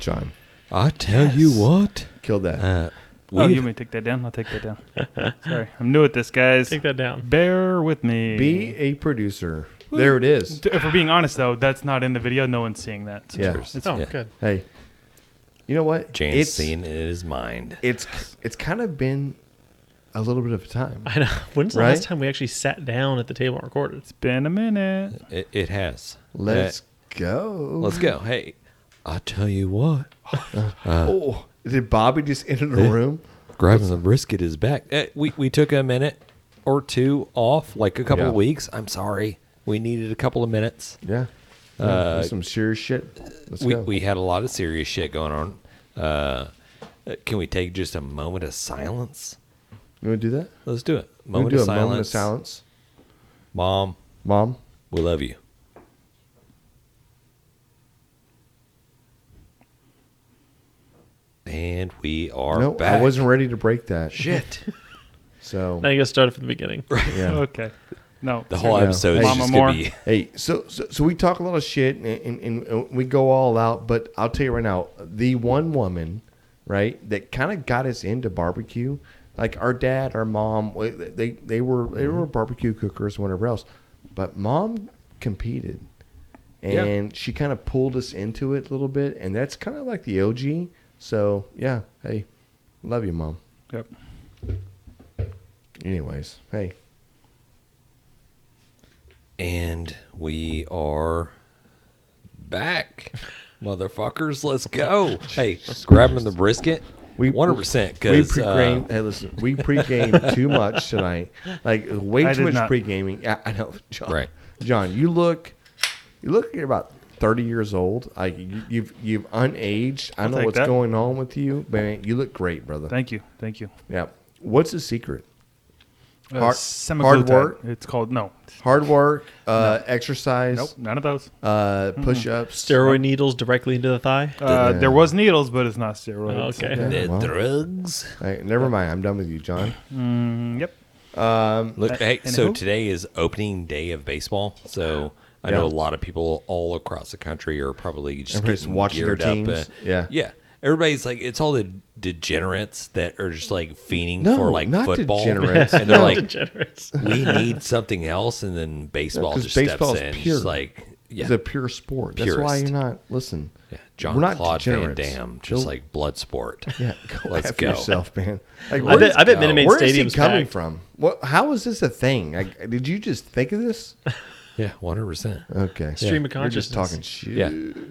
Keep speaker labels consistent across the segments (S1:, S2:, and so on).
S1: John.
S2: I tell you
S3: Yes.
S2: what.
S1: Killed that.
S2: Uh,
S4: Oh,
S2: we've-
S4: you may take that down. I'll take that down. Sorry, I'm new at this, guys.
S3: Take that down.
S4: Bear with me.
S1: Be a producer. There it is.
S4: If we're being honest, though, that's not in the video. No one's seeing that. So
S1: Yeah.
S4: It's,
S3: Oh,
S2: Yeah.
S3: good.
S1: Hey, you know what?
S2: Jane's
S1: it's,
S2: seen in his mind.
S1: It's it's kind of been a little bit of a time.
S3: I know. When's the
S1: Right?
S3: last time we actually sat down at the table and recorded?
S4: it's been a minute.
S2: It, it has.
S1: Let's
S2: Uh,
S1: go.
S2: let's go. Hey, I tell you what. Uh,
S1: oh, did Bobby just enter the room?
S2: Grabbing the brisket is back. Eh, we we took a minute or two off, like a couple
S1: Yeah.
S2: of weeks. I'm sorry. We needed a couple of minutes.
S1: Yeah. Yeah, that's some serious shit. Let's
S2: Uh, we
S1: go.
S2: we had a lot of serious shit going on. Uh, uh, can we take just a moment of silence?
S1: you want to do that?
S2: Let's do it.
S1: We
S2: Moment
S1: do
S2: of
S1: a
S2: silence.
S1: moment of silence.
S2: Mom,
S1: Mom,
S2: we love you. And we are
S1: no,
S2: back.
S1: I wasn't ready to break that.
S2: Shit.
S1: So
S3: Now you got to start it from the beginning.
S1: yeah.
S4: Okay. No.
S2: The whole
S1: Yeah.
S2: episode is
S1: Mama
S2: just
S4: Moore.
S2: gonna be
S1: Hey, so, so so we talk a lot of shit and, and, and we go all out, but I'll tell you right now, the one woman, right, that kind of got us into barbecue, like our dad, our mom, we- they they were they were barbecue cookers and whatever else, but mom competed,
S4: Yeah.
S1: and she kind of pulled us into it a little bit, and that's kind of like the OG. So yeah, hey, love you, mom.
S4: Yep.
S1: Anyways, hey,
S2: and we are back. Motherfuckers, let's go. Hey, grabbing the brisket.
S1: We-
S2: We 100%
S1: We
S2: because
S1: pre-game.
S2: uh,
S1: hey, listen, we pre-game too much tonight. Like way
S4: I
S1: too
S4: did
S1: much
S4: not.
S1: pre-gaming. I, I know, John.
S2: Right.
S1: John, you look, you look. You're about thirty years old. Like you, you've you've unaged. I
S4: I'll
S1: know
S4: take
S1: what's
S4: that.
S1: going on with you, but man, you look great, brother.
S4: Thank you. Thank you.
S1: yeah. What's the secret?
S4: Uh,
S1: Hard-
S4: semaglutide.
S1: hard work?
S4: It's called no.
S1: Hard work, uh, exercise,
S4: Nope. None of those.
S1: uh, push-ups.
S3: Steroid needles directly into the thigh. Oh,
S4: Uh, there was needles, but it's not steroids.
S3: Okay.
S1: Yeah,
S2: uh, the
S1: wow.
S2: drugs.
S1: Hey, never mind. I'm done with you, John.
S4: Mm, yep.
S2: Look, hey,
S4: and
S2: so
S4: who?
S2: today is opening day of baseball. So I know a
S1: Yeah.
S2: lot of people all across the country are probably just
S1: Everybody's
S2: getting
S1: watching their
S2: geared up,
S1: teams.
S2: uh,
S1: Yeah.
S2: yeah. Everybody's like, it's all the degenerates that are just like fiending
S1: No,
S2: for like
S1: not
S2: football,
S1: degenerates.
S2: and they're like,
S3: Degenerates.
S2: we need something else, and then baseball
S1: because
S2: just
S1: baseball is
S2: steps in,
S1: pure.
S2: just like yeah,
S1: It's a pure sport. That's why
S2: Purist.
S1: you're not. Listen,
S2: yeah.
S1: we're
S2: John
S1: not
S2: Claude Van
S1: degenerates.
S2: Damme, just
S1: Go-
S2: like blood sport.
S1: Yeah, go
S2: Let's
S1: after
S2: go.
S1: yourself, man. Like,
S3: I
S1: where is-
S3: bet, I bet Minute Maid
S1: where is he
S3: Stadium's
S1: coming
S3: packed.
S1: from? What? How is this a thing? Like, did you just think of this?
S2: yeah, one hundred percent.
S1: Okay,
S3: Stream of
S1: You're just
S3: consciousness.
S1: talking shit.
S2: Yeah.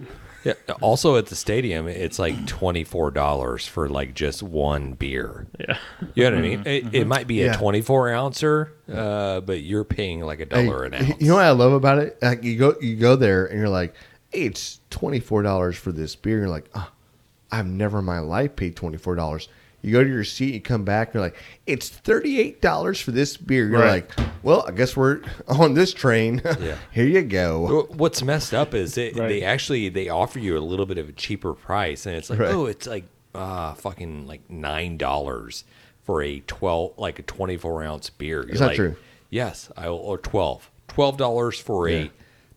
S2: Yeah. Also at the stadium, it's like twenty four dollars for like just one beer.
S3: Yeah.
S2: You know what I mean? It, it might be
S1: Yeah.
S2: a twenty four ouncer, uh, but you're paying like a
S1: Hey,
S2: dollar an ounce.
S1: you know what I love about it? Like, you go, you go there, and you're like, hey, it's twenty four dollars for this beer. You're like, oh, I've never in my life paid twenty four dollars. You go to your seat, you come back, you're like, it's thirty eight dollars for this beer. You're
S4: Right.
S1: like, well, I guess we're on this train.
S2: Yeah.
S1: Here you go.
S2: Wh- What's messed up is it,
S4: Right.
S2: they actually they offer you a little bit of a cheaper price, and it's like
S1: Right.
S2: oh, it's like uh, fucking like nine dollars for a twelve like a twenty four ounce beer. You're
S1: that
S2: like,
S1: true?
S2: Yes, I will, or twelve. Twelve dollars for
S1: Yeah.
S2: a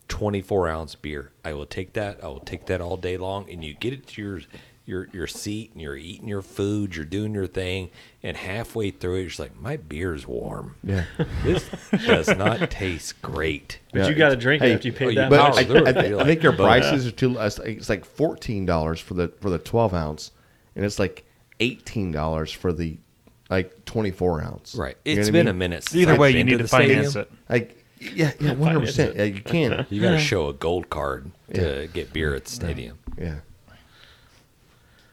S2: twenty four ounce beer. I will take that. I will take that all day long, and you get it to your. Your, your seat and you're eating your food, you're doing your thing, and halfway through it, you're just like, my beer's warm.
S1: Yeah.
S2: This does not taste great.
S3: But
S1: Yeah,
S3: you got to
S1: it's-
S3: drink
S1: hey,
S3: it after you
S2: oh,
S3: paid
S2: you
S3: that
S2: bet.
S3: much.
S1: But I,
S2: Wow, they're-
S1: I, thi-
S2: they're
S1: I think
S2: like
S1: your
S2: both.
S1: prices are too. less. It's like fourteen dollars for the for the twelve ounce, and it's like eighteen dollars for the like twenty four ounce.
S2: Right.
S1: You know
S2: It's
S1: what I
S2: been
S1: mean?
S2: a minute. Since
S4: Either
S2: I've
S4: way, you
S2: been
S4: need to
S2: the
S4: finance
S2: stadium.
S1: Like yeah, yeah, one hundred percent. Yeah, you can.
S2: You got to show a gold card to get beer at the stadium.
S1: Yeah.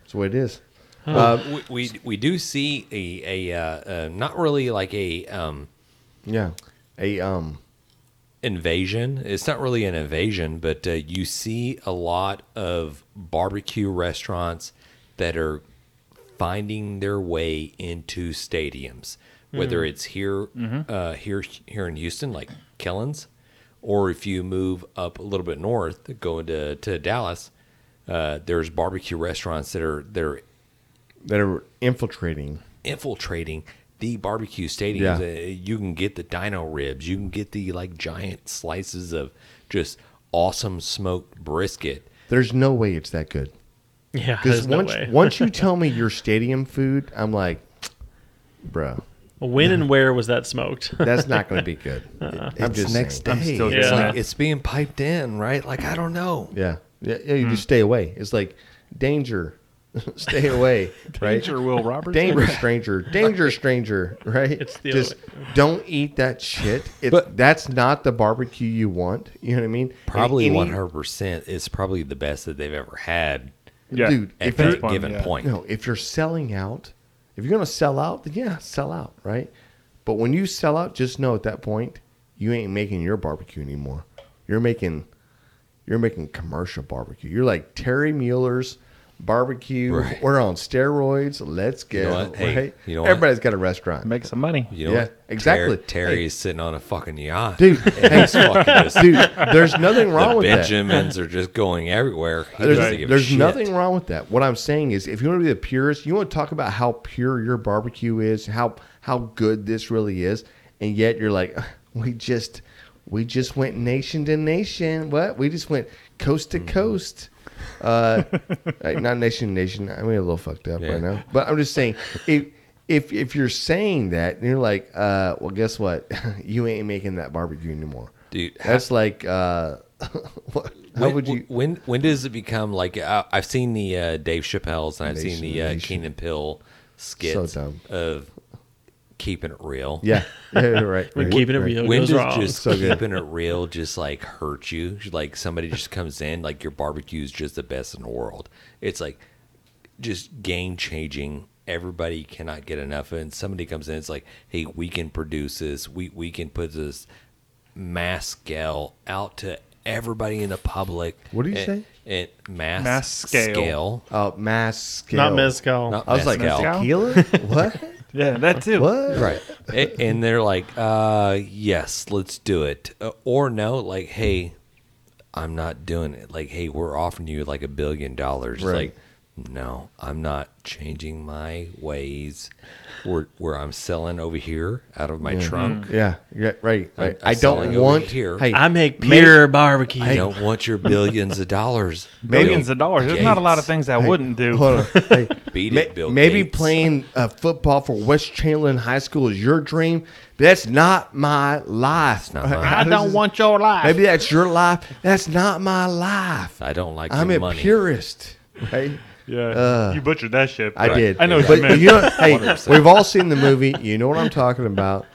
S1: That's the way it is. Uh,
S2: we, we we do see a a uh, uh, not really like a um,
S1: Yeah. A um.
S2: invasion. It's not really an invasion, but uh, you see a lot of barbecue restaurants that are finding their way into stadiums, whether it's here, uh, here, here in Houston, like Killens, or if you move up a little bit north, going to to Dallas, uh, there's barbecue restaurants that are that are
S1: That are infiltrating.
S2: infiltrating the barbecue stadiums.
S1: Yeah.
S2: Uh, you can get the dino ribs. You can get the like giant slices of just awesome smoked brisket.
S1: There's no way it's that good.
S3: Yeah,
S1: Because
S3: there's no
S1: once
S3: way.
S1: once you tell me your stadium food, I'm like, bruh,
S3: when and where was that smoked?
S1: that's not going to be good. I'm
S2: It's
S1: just
S2: next
S1: saying.
S2: day.
S4: I'm still
S2: it's,
S3: getting
S2: like,
S4: it.
S2: it's being piped in, right? Like I don't know.
S1: Yeah, yeah, yeah, you just stay away. It's like danger, stay away. right?
S4: Danger, Will Roberts.
S1: Danger stranger, danger stranger, right?
S3: It's the
S1: Just don't eat that shit. It's,
S2: But-
S1: that's not the barbecue you want. You know what I mean? And
S2: Probably
S1: any-
S2: one hundred percent. It's probably the best that they've ever had
S4: Yeah.
S1: Dude,
S2: at
S1: if you're,
S2: that given
S4: yeah.
S2: point.
S1: no, if you're selling out, if you're gonna sell out, then yeah, sell out, right? But when you sell out, just know at that point you ain't making your barbecue anymore. You're making you're making commercial barbecue. You're like Terry Mueller's barbecue.
S2: Right.
S1: We're on steroids. Let's go.
S2: You know what? Hey,
S1: right?
S2: you know what?
S1: Everybody's got a restaurant.
S4: Make some money.
S2: You know
S1: Yeah,
S2: what? Ter-
S1: exactly.
S2: Terry
S1: Hey.
S2: is sitting on a fucking yacht,
S1: Dude,
S2: And
S1: hey,
S2: he's fucking just-
S1: Dude, there's nothing
S2: the
S1: wrong with that.
S2: Benjamins are just going everywhere. He
S1: There's,
S2: doesn't give a
S1: there's
S2: shit.
S1: nothing wrong with that. What I'm saying is, if you want to be the purist, you want to talk about how pure your barbecue is, how how good this really is, and yet you're like, we just we just went nation to nation. What? We just went coast
S2: Mm-hmm.
S1: to coast. Uh, like, not nation to nation. I mean, a little fucked up
S2: Yeah.
S1: right now. But I'm just saying, if if if you're saying that, and you're like, uh, well, guess what? you ain't making that barbecue anymore,
S2: Dude,
S1: That's like, uh, what, how
S2: when,
S1: would you?
S2: When when does it become like uh, I've seen the uh, Dave Chappelle's and I've seen
S1: Nation,
S2: the uh,
S1: nation.
S2: Keenan Pill skits
S1: So dumb.
S2: of keeping it real.
S1: Yeah, yeah, you're right.
S3: When
S1: right.
S3: keeping it
S1: Right.
S3: real
S2: When
S3: goes
S2: does
S3: wrong.
S2: just
S1: So good.
S2: keeping it real just like hurt you? Like somebody just comes in, like your barbecue is just the best in the world. It's like just game changing. Everybody cannot get enough, and somebody comes in. It's like, hey, we can produce this. We we can put this mass scale out to everybody in the public.
S1: What did you
S2: and, And mass,
S4: Mass scale.
S2: scale.
S1: Oh, mass scale.
S3: Not mezcal.
S2: Not
S1: I was like
S2: mezcal.
S1: tequila. What?
S4: Yeah, that too.
S1: What?
S2: right A- and they're like uh yes let's do it Uh, or no like hey i'm not doing it like hey we're offering you like a billion dollars
S1: Right.
S2: like no i'm not changing my ways where where i'm selling over here out of my trunk
S1: Yeah. Yeah. Right. Right.
S2: I-
S1: I,
S2: I saw it
S1: don't
S2: over
S1: want
S2: here.
S1: Hey,
S3: I make
S1: may-
S3: pure barbecue.
S2: i don't want your billions of dollars
S4: Millions
S2: Bill
S4: of dollars. There's not a lot of
S2: Gates.
S4: things I wouldn't do.
S1: Hold on. Hey,
S2: Beat
S1: ma-
S2: it, Bill
S1: maybe
S2: Gates.
S1: playing uh, football for West Chamberlain High School is your dream. But that's not my life.
S2: not mine.
S4: I don't want your life.
S1: Maybe that's your life. That's not my life.
S2: i don't like
S1: I'm
S2: your
S1: a
S2: money
S1: purist. Right.
S4: Yeah, you butchered that shit.
S1: I did.
S4: I know what
S1: but
S4: you meant.
S1: you know, hey, we've all seen the movie. You know what I'm talking about.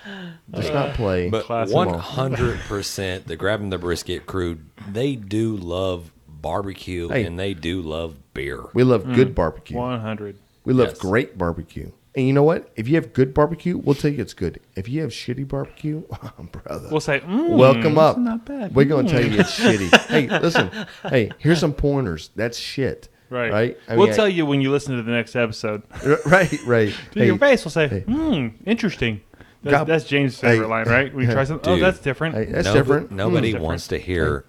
S1: Let's not play.
S2: Uh, But
S4: Classic.
S2: one hundred percent, the grabbing the brisket crew, they do love barbecue
S1: Hey.
S2: and they do love beer.
S1: we love good barbecue.
S4: Mm. One hundred.
S1: We love
S2: Yes.
S1: great barbecue. And you know what? If you have good barbecue, we'll tell you it's good. If you have shitty barbecue, oh, brother,
S4: We'll say. Mm,
S3: Hmm,
S1: welcome up.
S4: not bad.
S1: We're gonna tell you it's shitty. Hey, listen. Hey, here's some pointers. That's shit.
S4: Right.
S1: Right. I
S4: we'll
S1: mean,
S4: tell you when you listen to the next episode.
S1: I- Right. Right.
S4: To
S1: hey,
S4: your face, we'll say,
S1: hey.
S4: "Hmm, interesting." That's,
S1: God- uh,
S4: that's James' favorite
S1: Hey.
S4: line, right? We try something. Oh,
S2: Dude.
S4: that's different.
S1: hey, that's
S2: Nobo-
S1: different. Hmm.
S2: Nobody
S4: Mm.
S2: wants to hear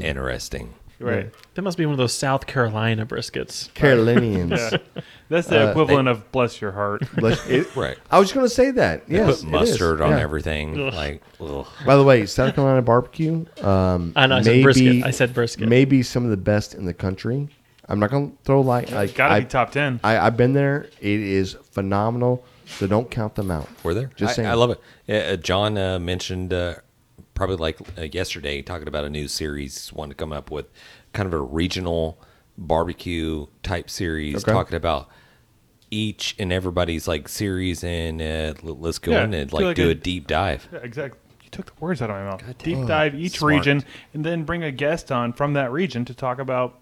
S2: interesting.
S4: right.
S3: That must be one of those South Carolina briskets.
S1: Carolinians.
S4: Yeah. That's the
S1: Uh,
S4: equivalent of "bless your heart."
S1: Let's- it-
S2: Right.
S1: I was gonna say that.
S2: They
S1: Yes,
S2: put
S1: it is.
S2: mustard on
S1: Yeah.
S2: everything. Like ugh.
S1: By the way, South Carolina barbecue. Um,
S3: I know, I said brisket. I said brisket.
S1: Maybe some of the best in the country. I'm not gonna throw like like
S4: Got to
S1: I,
S4: be top ten.
S1: I, I've been there. It is phenomenal. So don't count them out.
S2: were there?
S1: Just
S2: I,
S1: saying.
S2: I love it. Uh, uh, John uh, mentioned uh, probably like uh, yesterday talking about a new series, wanting to come up with kind of a regional barbecue type series,
S1: Okay.
S2: talking about each and everybody's like series, and uh, l- let's go
S4: Yeah,
S2: in and
S4: do
S2: like
S4: like
S2: do
S4: a-
S2: a deep dive.
S4: Yeah, exactly. You took the words out of my mouth.
S2: damn.
S4: Deep dive each
S2: Smart.
S4: region, and then bring a guest on from that region to talk about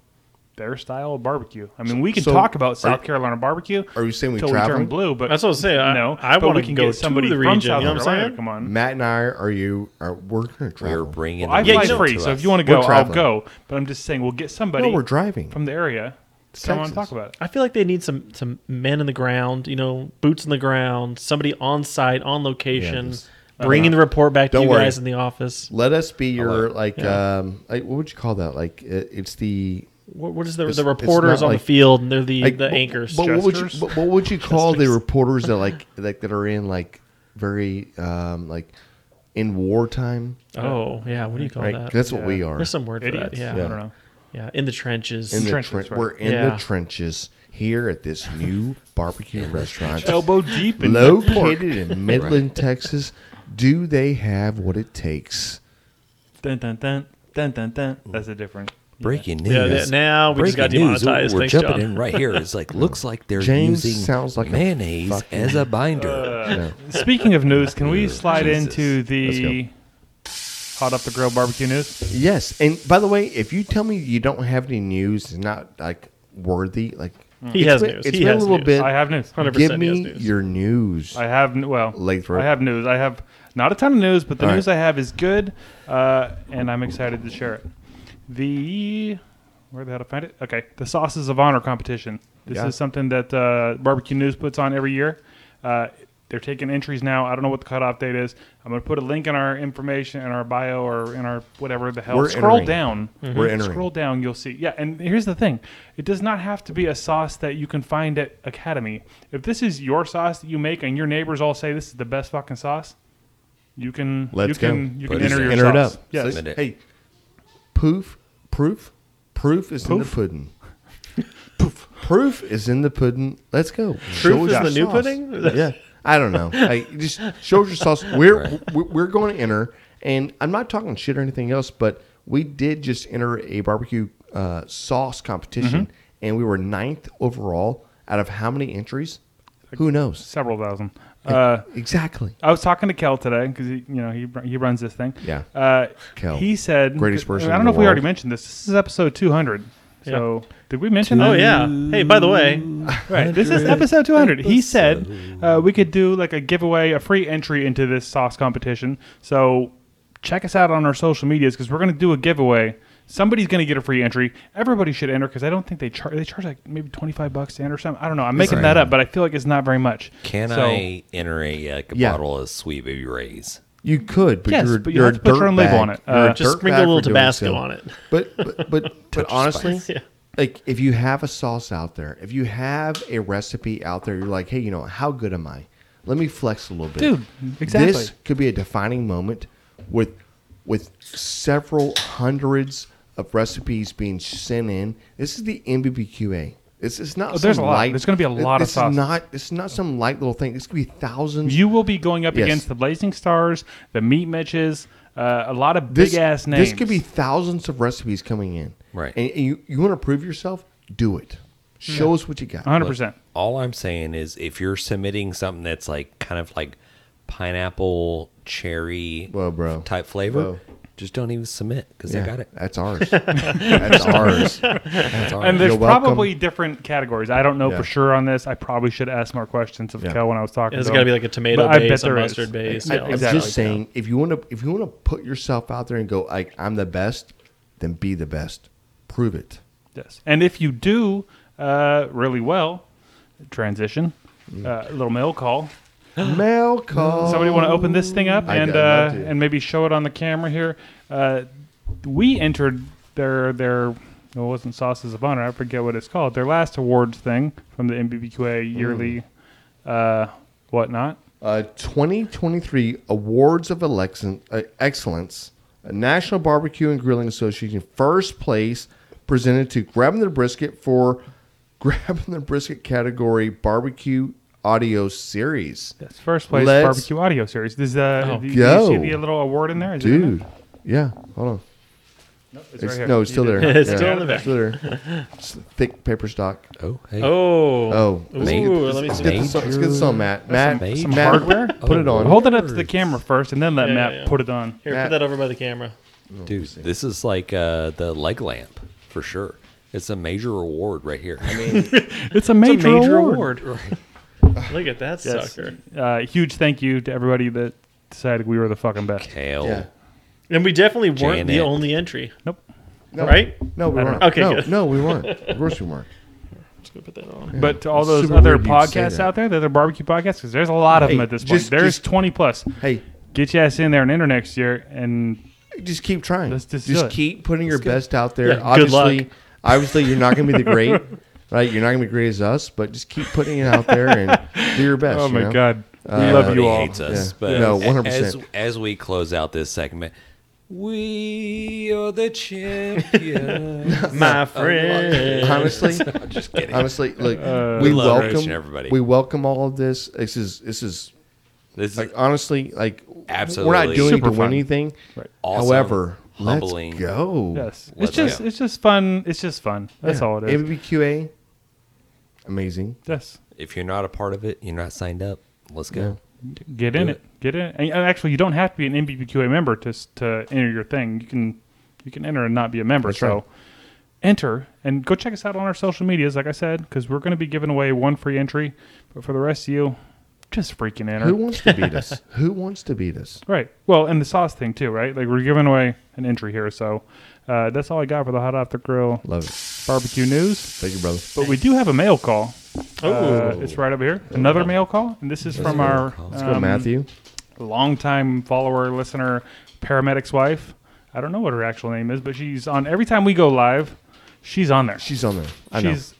S4: their style of barbecue. I mean, we can
S1: So-
S4: talk about South
S1: are-
S4: Carolina barbecue.
S1: are you saying we
S4: till turn
S1: traveling?
S4: blue? But
S3: That's what I was saying. I-
S4: no,
S3: I
S4: but
S3: wanna
S4: we can
S3: go
S4: get
S3: to
S4: somebody
S3: the
S4: from
S3: region,
S4: South
S3: you know what I'm
S4: Carolina
S3: saying?
S4: to come on.
S1: Matt and I are you are we're gonna travel.
S2: We're bringing.
S4: Well, I
S2: the
S4: fly
S3: you
S2: region
S3: know-
S4: free,
S2: to
S4: so
S2: us.
S4: if you want to
S1: We're
S4: go, I'll
S1: traveling.
S4: go. But I'm just saying, we'll get somebody
S1: no, we're driving.
S4: from the area to come on and
S1: Texas.
S4: talk about it.
S3: I feel like they need some some men in the ground, you know, boots on the ground, somebody on site, on location, uh,
S1: just- uh,
S3: bringing the report back to
S1: Don't
S3: you
S1: worry.
S3: guys in the office.
S1: Let us be your
S2: Hello.
S1: like um like, what would you call that? Like it, it's the
S3: What, what is the
S1: It's-
S3: the
S1: it's
S3: reporters
S1: not
S3: on
S1: like-
S3: the field and they're the
S1: like,
S3: the
S1: but-
S3: anchors?
S1: But what would you
S4: Jesters?
S1: but what would you call the
S3: Jesters.
S1: reporters that like like that are in like very um like in wartime?
S3: oh yeah, what do you call
S1: Right,
S3: that?
S1: uh, that's what we
S4: Yeah.
S1: are.
S3: There's some word for
S4: Idiots.
S3: that. Yeah.
S4: I don't know.
S3: yeah, in the trenches.
S1: in the
S4: Trenches,
S1: trench.
S4: right.
S1: We're in the
S3: Yeah.
S1: trenches here at this new barbecue restaurant
S4: Elbow deep in
S1: located in Midland, Texas. Do they have what it takes?
S4: Dun, dun, dun, dun, dun, dun. That's a different.
S2: Breaking
S3: Yeah,
S2: news.
S3: that- now we just got
S2: Breaking news.
S3: demonetized.
S2: We're
S3: Thanks,
S2: jumping
S3: John.
S2: in right here. It's like looks like they're
S1: James
S2: using
S1: sounds like a
S2: mayonnaise
S1: fucking-
S2: as a binder.
S4: Uh,
S1: No.
S4: Speaking of news, can we slide
S2: Jesus.
S4: into the hot off the grill barbecue news?
S1: Yes, and by the way, if you tell me you don't have any news, it's not like worthy. Like
S3: He
S1: it's
S3: has
S1: been-
S3: news.
S1: It's
S3: He
S1: been
S3: has
S1: a little
S3: news.
S1: bit.
S4: I have news.
S3: 100%
S1: Give
S3: he
S1: me
S3: has news.
S1: your news.
S4: I have n- well,
S1: Late for it.
S4: I have news. I have not a ton of news, but the
S1: All right.
S4: news I have is good, uh, and I'm excited to share it. The where the hell to find it? Okay, the Sauces of Honor competition. This
S1: Yeah.
S4: is something that uh, Barbecue News puts on every year. Uh, they're taking entries now. I don't know what the cutoff date is. I'm going to put a link in our information, in our bio, or in our whatever the hell.
S1: We're
S4: Scroll
S1: entering.
S4: down.
S3: Mm-hmm.
S1: We're entering.
S4: Scroll down, you'll see. Yeah, and here's the thing: it does not have to be a sauce that you can find at Academy. If this is your sauce that you make, and your neighbors all say this is the best fucking sauce, you can
S1: Let's
S4: you
S1: go.
S4: can, You
S2: Put
S4: can
S2: it
S4: enter
S2: in.
S4: your
S1: Enter it
S4: sauce.
S1: up.
S4: Yes.
S2: Submit it.
S1: Hey, poof, proof, proof is in the
S4: Poof?
S1: pudding. poof, proof is in the pudding. Let's go. Show
S3: is
S1: us
S3: the
S1: your
S3: new
S1: sauce.
S3: pudding?
S1: yeah, I don't know. Hey, just show us your sauce. We're we- we're going to enter, and I'm not talking shit or anything else, but we did just enter a barbecue uh, sauce competition, and we were ninth overall out of how many entries? Who knows?
S4: Several thousand. Uh,
S1: Exactly.
S4: I was talking to Kel today because you know he he runs this thing.
S1: Yeah.
S4: Uh,
S1: Kel,
S4: He said,
S1: greatest person
S4: I
S1: in
S4: don't
S1: the
S4: know if we already
S1: world.
S4: mentioned this. This is episode 200. So did we mention?
S3: Oh
S4: that?
S3: yeah. Hey, by the way,
S4: Right. This is episode 200. He said uh, we could do like a giveaway, a free entry into this sauce competition. So check us out on our social medias because we're going to do a giveaway. Somebody's going to get a free entry. Everybody should enter because I don't think they charge. They charge like maybe 25 bucks to enter something. I don't know. I'm making that up, but I feel like it's not very much.
S2: Can
S4: So-
S2: I enter a, like, a
S1: Yeah.
S2: bottle of Sweet Baby Ray's?
S1: You could, but
S4: Yes,
S1: you're,
S4: but you
S1: you're
S4: have
S1: a
S4: to put your own label
S1: dirtbag.
S4: on it.
S1: You're a
S4: Uh,
S3: Just sprinkle
S1: dirtbag
S3: a little
S1: for doing
S3: Tabasco
S1: so.
S3: on it.
S1: But but but, but
S2: of
S1: honestly,
S3: spice. Yeah.
S1: like if you have a sauce out there, if you have a recipe out there, you're like, hey, you know, how good am I? Let me flex a little bit,
S4: Dude, exactly.
S1: This could be a defining moment with with several hundreds of recipes being sent in. This is the MBBQA. This is not.
S4: Oh, there's
S1: some
S4: a lot.
S1: Light,
S4: There's gonna be a lot of
S1: this
S4: sauces.
S1: Is not this is not some light little thing. This could be thousands.
S4: You will be going up
S1: Yes.
S4: against the Blazing Stars, the Meat Mitches, uh, a lot of
S1: this,
S4: big ass names.
S1: This could be thousands of recipes coming in.
S2: Right.
S1: And, and you, you want to prove yourself? Do it. Show us what you got.
S4: 100%.
S2: All I'm saying is if you're submitting something that's like kind of like pineapple, cherry
S1: Whoa, bro.
S2: type flavor,
S1: Whoa.
S2: just don't even submit because
S1: Yeah,
S2: they got it.
S1: That's ours. that's ours.
S2: That's all
S4: And
S2: right.
S4: there's
S1: You're welcome.
S4: probably different categories. I don't know
S1: Yeah.
S4: for sure on this. I probably should ask more questions of
S1: Yeah.
S4: Kel when I was talking.
S3: It's
S4: to
S3: got to
S4: him.
S3: be like a tomato
S4: But I bet
S3: base, a
S4: there is.
S3: mustard base.
S1: I,
S3: yeah.
S1: am
S4: Exactly.
S1: just saying, if you want to, if you want to put yourself out there and go, like, I'm the best, then be the best. Prove it.
S4: Yes. And if you do uh, really well, transition,
S1: Mm.
S4: uh, little mail call.
S1: Mail call.
S4: Somebody want to open this thing up
S1: I-
S4: and
S1: I'd love
S4: uh,
S1: to.
S4: and maybe show it on the camera here. Uh, we entered their their well, it wasn't sauces of honor. I forget what it's called. Their last awards thing from the MBBQA yearly
S1: Mm.
S4: uh, whatnot.
S1: uh, 2023 Awards of Elexen- uh, Excellence, uh, National Barbecue and Grilling Association first place presented to Grabbing the Brisket for Grabbing the Brisket category Barbecue Audio Series.
S4: Yes, first place
S1: Let's
S4: barbecue audio series. Does uh,
S3: Oh.
S4: do you- do
S1: Go.
S4: you see the little award in there? Is it in there?
S1: Dude, yeah, hold on.
S4: It's,
S1: It's,
S4: right here.
S1: no, it's still there.
S4: You did-
S3: It's
S1: Yeah,
S3: still in the back.
S1: It's still there. It's thick paper stock.
S2: Oh, hey.
S3: Oh.
S1: Oh,
S3: Ooh,
S1: let's get-
S3: let me
S1: let's
S3: see.
S1: get this on- let's get this on Matt. Matt,
S2: some-
S4: Some
S1: Matt,
S4: hardware.
S1: Put it on.
S4: Hold it up to the camera first, and then let
S3: Yeah,
S4: Matt
S3: yeah, yeah.
S4: put it on.
S3: Here,
S1: Matt.
S3: put that over by the camera.
S2: Dude, this is like uh, the leg lamp for sure. It's a major award right here. I mean,
S4: It's a major,
S3: It's a major
S4: award.
S3: award. Look at that
S4: Yes.
S3: sucker.
S4: Uh, huge thank you to everybody that decided we were the fucking best.
S2: kale.
S1: Yeah.
S3: And we definitely weren't the
S2: Janet.
S3: only entry,
S4: Nope.
S1: No,
S3: right?
S1: No, we
S4: I don't
S1: weren't.
S3: know. Okay,
S1: no,
S3: good.
S1: no, we weren't. Of course we weren't.
S3: Let's go put that on.
S4: But to all
S1: It's
S4: those
S1: super
S4: other
S1: weird you'd say
S4: podcasts
S1: that.
S4: out there, the other barbecue podcasts, because there's a lot of
S1: Hey,
S4: them at this
S1: just-
S4: point. There's
S1: just-
S4: 20 plus.
S1: Hey,
S4: Get your ass in there and enter next year. And
S1: just keep trying.
S4: Let's just do it.
S1: keep putting your best out there.
S3: Yeah, good
S1: obviously,
S3: luck.
S1: obviously, you're not going to be the great, right? You're not going to be great as us, but just keep putting it out there and do your best.
S4: oh
S1: you
S4: my
S1: know?
S4: god, we
S1: Uh,
S2: Everybody
S4: love you all.
S2: Hates us,
S1: Yeah.
S2: but
S1: No,
S2: a-
S1: 100%.
S2: As, as we close out this segment, We are the champions.
S1: Oh,
S3: My friend.
S1: Honestly,
S2: Just kidding.
S1: honestly, look, we
S4: Uh,
S2: We love
S1: welcome
S2: roasting everybody.
S1: We welcome all of this. This is this is
S2: This is
S1: like honestly like we're
S2: Absolutely.
S1: not doing it
S4: Super
S1: to win
S4: fun.
S1: anything.
S4: Right.
S2: Awesome.
S1: However,
S2: Humbling.
S1: let's go.
S4: Yes,
S2: Let's
S4: it's just
S2: go.
S4: it's just fun. It's just fun. That's
S1: Yeah.
S4: all it is.
S1: ABBQA, amazing.
S4: yes,
S2: if you're not a part of it, you're not signed up. Let's go.
S1: Yeah.
S4: get in it. Get in. it. And and actually, you don't have to be an MBBQA member to s- to enter your thing. You can you can enter and not be a member.
S1: That's
S4: so
S1: right.
S4: enter and go check us out on our social medias. Like I said, because we're going to be giving away one free entry, but for the rest of you, just freaking enter.
S1: Who wants to beat us? Who wants to beat us?
S4: Right. Well, and the sauce thing too, right? Like we're giving away an entry here, so uh, that's all I got for the hot off the grill
S1: Love it.
S4: barbecue news.
S1: Thank you, brother.
S4: But we do have a mail call.
S3: Oh.
S4: Uh, it's right over here. Another mail call, and this is from our um,
S1: Let's go, Matthew.
S4: longtime follower, listener, paramedic's wife. I don't know what her actual name is, but she's on every time we go live. She's on there.
S1: She's on there. I know.
S4: she's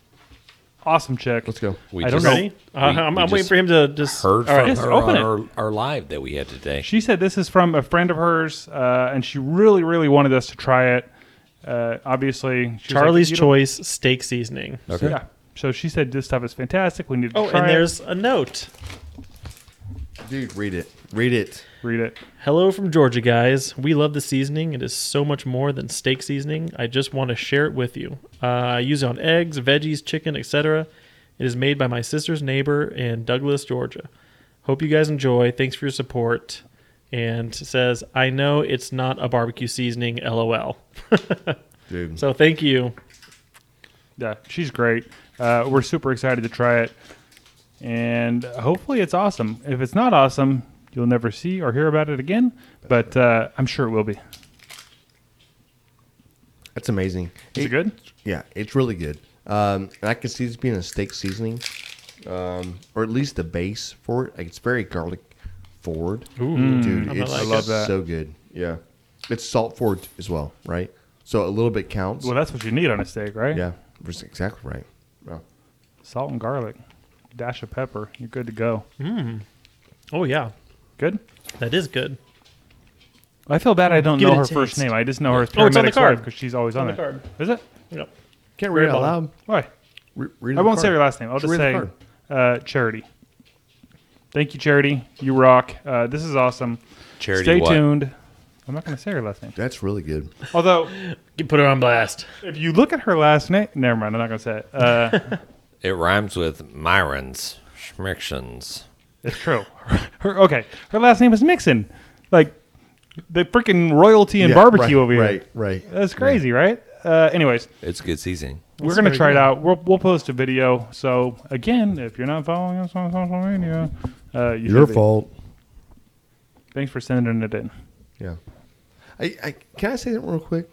S4: awesome chick.
S1: Let's go.
S2: We
S4: I don't know.
S3: Ready? Uh, I'm,
S2: we
S3: I'm waiting
S2: just
S3: for him to just.
S2: Heard
S3: All right.
S2: from
S4: Yes,
S2: her on
S4: open it.
S2: our, our live that we had today.
S4: She said this is from a friend of hers, uh, and she really, really wanted us to try it. Uh, obviously, she was like,
S3: Charlie's
S4: "You don't-
S3: Choice steak seasoning.
S2: Okay.
S4: Yeah. So she said this stuff is fantastic. We need to
S3: Oh,
S4: try
S3: and
S4: it.
S3: there's a note.
S1: Dude, read it. Read it.
S4: Read it.
S3: Hello from Georgia, guys. We love the seasoning. It is so much more than steak seasoning. I just want to share it with you. Uh, I use it on eggs, veggies, chicken, etc. It is made by my sister's neighbor in Douglas, Georgia. Hope you guys enjoy. Thanks for your support. And it says, I know it's not a barbecue seasoning, lol.
S1: Dude.
S3: So thank you.
S4: Yeah, she's great. Uh, we're super excited to try it, and hopefully it's awesome. If it's not awesome, you'll never see or hear about it again. But uh, I'm sure it will be.
S1: That's amazing.
S4: Is it good?
S1: Yeah, it's really good. Um, and I can see this being a steak seasoning, um, or at least the base for it. Like, it's very garlic forward. Dude,
S3: I
S4: Mm,
S1: it's
S3: like
S1: I
S3: it.
S1: love
S4: Love that.
S1: so good. Yeah. It's salt forward as well, right? So a little bit counts.
S4: Well, that's what you need on a steak, right?
S1: yeah, that's exactly right. Yeah.
S4: Salt and garlic, dash of pepper. You're good to go.
S3: Oh, yeah.
S4: Good.
S3: That is good.
S4: I feel bad I don't
S3: Give
S4: know
S3: it a
S4: her first
S3: taste.
S4: name. I just know her as
S3: Oh, it's on the
S4: paramedic's
S3: card.
S4: because she's always on,
S3: on the
S4: there.
S3: card.
S4: Is it?
S3: Yep.
S1: Can't
S3: Very
S1: read it out
S3: bottom.
S1: loud.
S4: Why?
S1: Re- read
S4: I
S1: the
S4: won't say
S1: card.
S4: her last name. I'll
S1: Just
S4: just
S1: read the
S4: say
S1: card.
S4: uh, Charity. Thank you, Charity. You rock. Uh, this is awesome.
S2: Charity
S4: Stay
S2: what?
S4: tuned. I'm not going to say her last name.
S1: That's really good.
S4: Although,
S3: You Put her on blast.
S4: if you look at her last name, never mind. I'm not going to say it. Uh,
S2: It rhymes with Myron's Schmicksons.
S4: it's true. Her, okay, her last name is Mixon. Like the freaking royalty and
S1: Yeah,
S4: barbecue
S1: right,
S4: over here.
S1: Right, right.
S4: That's crazy, right? Uh, anyways,
S2: It's good seasoning.
S4: we're going to
S3: very
S4: try it
S3: good.
S4: out. We'll, we'll post a video. So again, if you're not following us on social media, uh, you should be.
S1: fault.
S4: Thanks for sending it in.
S1: Yeah. I, I can I say that real quick?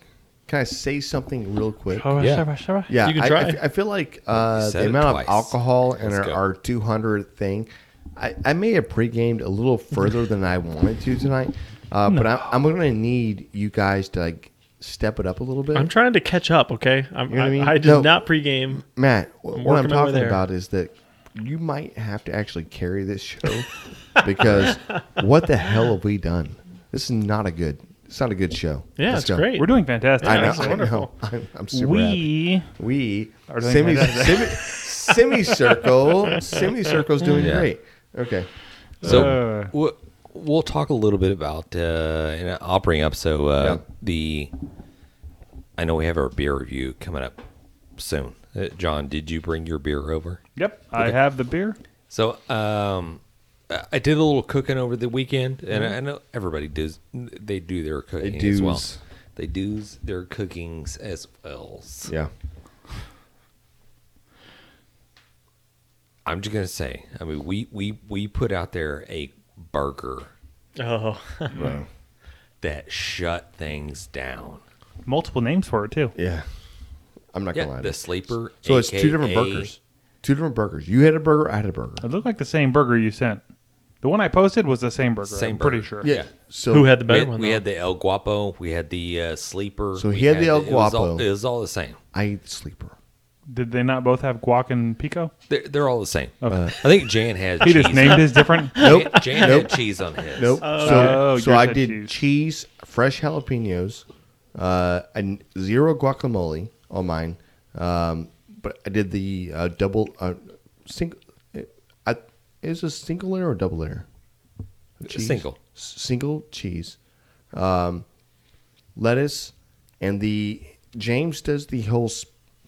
S1: Can I say something real quick?
S3: Oh,
S2: Yeah.
S1: Yeah,
S3: You can
S1: I,
S3: try.
S1: I f- I feel like uh,
S2: You said
S1: the
S2: it
S1: amount
S2: twice.
S1: of alcohol in
S2: Let's
S1: our,
S2: go.
S1: our 200 thing, I, I may have pre-gamed a little further than I wanted to tonight, uh, but I, I'm going to need you guys to like step it up a little bit.
S3: I'm trying to catch up, okay? I'm,
S1: know what I
S3: I,
S1: mean?
S3: I did
S1: No.
S3: not pregame.
S1: Matt, wh- what
S3: working
S1: I'm
S3: my way
S1: talking
S3: there.
S1: about is that you might have to actually carry this show because what the hell have we done? This is not a good. It's not a good show.
S3: Yeah,
S1: Let's
S3: it's
S1: go.
S3: great.
S4: We're doing fantastic.
S1: I know.
S3: it's
S1: I know.
S3: wonderful.
S1: I'm, I'm super happy.
S4: we
S1: We
S4: Are doing
S1: semi, semi,
S4: fantastic.
S1: semicircle semicircle's doing
S2: Yeah.
S1: great. Okay.
S2: So
S4: Uh.
S2: we'll, we'll talk a little bit about, uh, and I'll bring up. So uh,
S1: Yeah.
S2: the, I know we have our beer review coming up soon. Uh, John, did you bring your beer over?
S4: Yep, I have the beer.
S2: So um, I I did a little cooking over the weekend, and
S1: Mm-hmm.
S2: I I know everybody does. They do their cooking as well.
S1: do's.
S2: They do their cookings as well.
S1: Yeah.
S2: I'm just gonna say. I mean, we we we put out there a burger
S3: Oh,
S2: that shut things down.
S4: Multiple names for it too.
S1: Yeah. I'm not
S2: Yeah,
S1: gonna lie. to
S2: the
S1: you.
S2: sleeper.
S1: So it's two different
S2: AKA
S1: burgers. Two different burgers. You had a burger. I had a burger.
S4: It looked like the same burger you sent. The one I posted was the same burger.
S2: Same
S4: I'm pretty
S2: burger.
S4: sure.
S2: Yeah.
S1: So
S3: who had the
S2: We
S3: better
S2: had,
S3: one?
S2: we
S3: though?
S2: had the El Guapo. We had the uh, sleeper.
S1: So he
S2: we
S1: had the El
S2: it was all-
S1: Guapo.
S2: It was all the same.
S1: I ate the sleeper.
S4: Did they not both have guac and pico?
S2: They're, they're all the same.
S4: Okay.
S2: I think Jan had
S4: he
S2: cheese.
S4: just named his different.
S1: Nope.
S2: Jan, Jan
S1: Nope.
S2: had cheese on his.
S1: Nope.
S4: Oh,
S1: so so
S4: yours
S1: I
S4: had
S1: did
S4: cheese.
S1: cheese. fresh jalapenos, uh, and zero guacamole on mine. Um, but I did the uh, double, uh, single. I, is it a single layer or double layer? of
S2: Just single.
S1: S- Single cheese, um, lettuce, and the James does the whole s-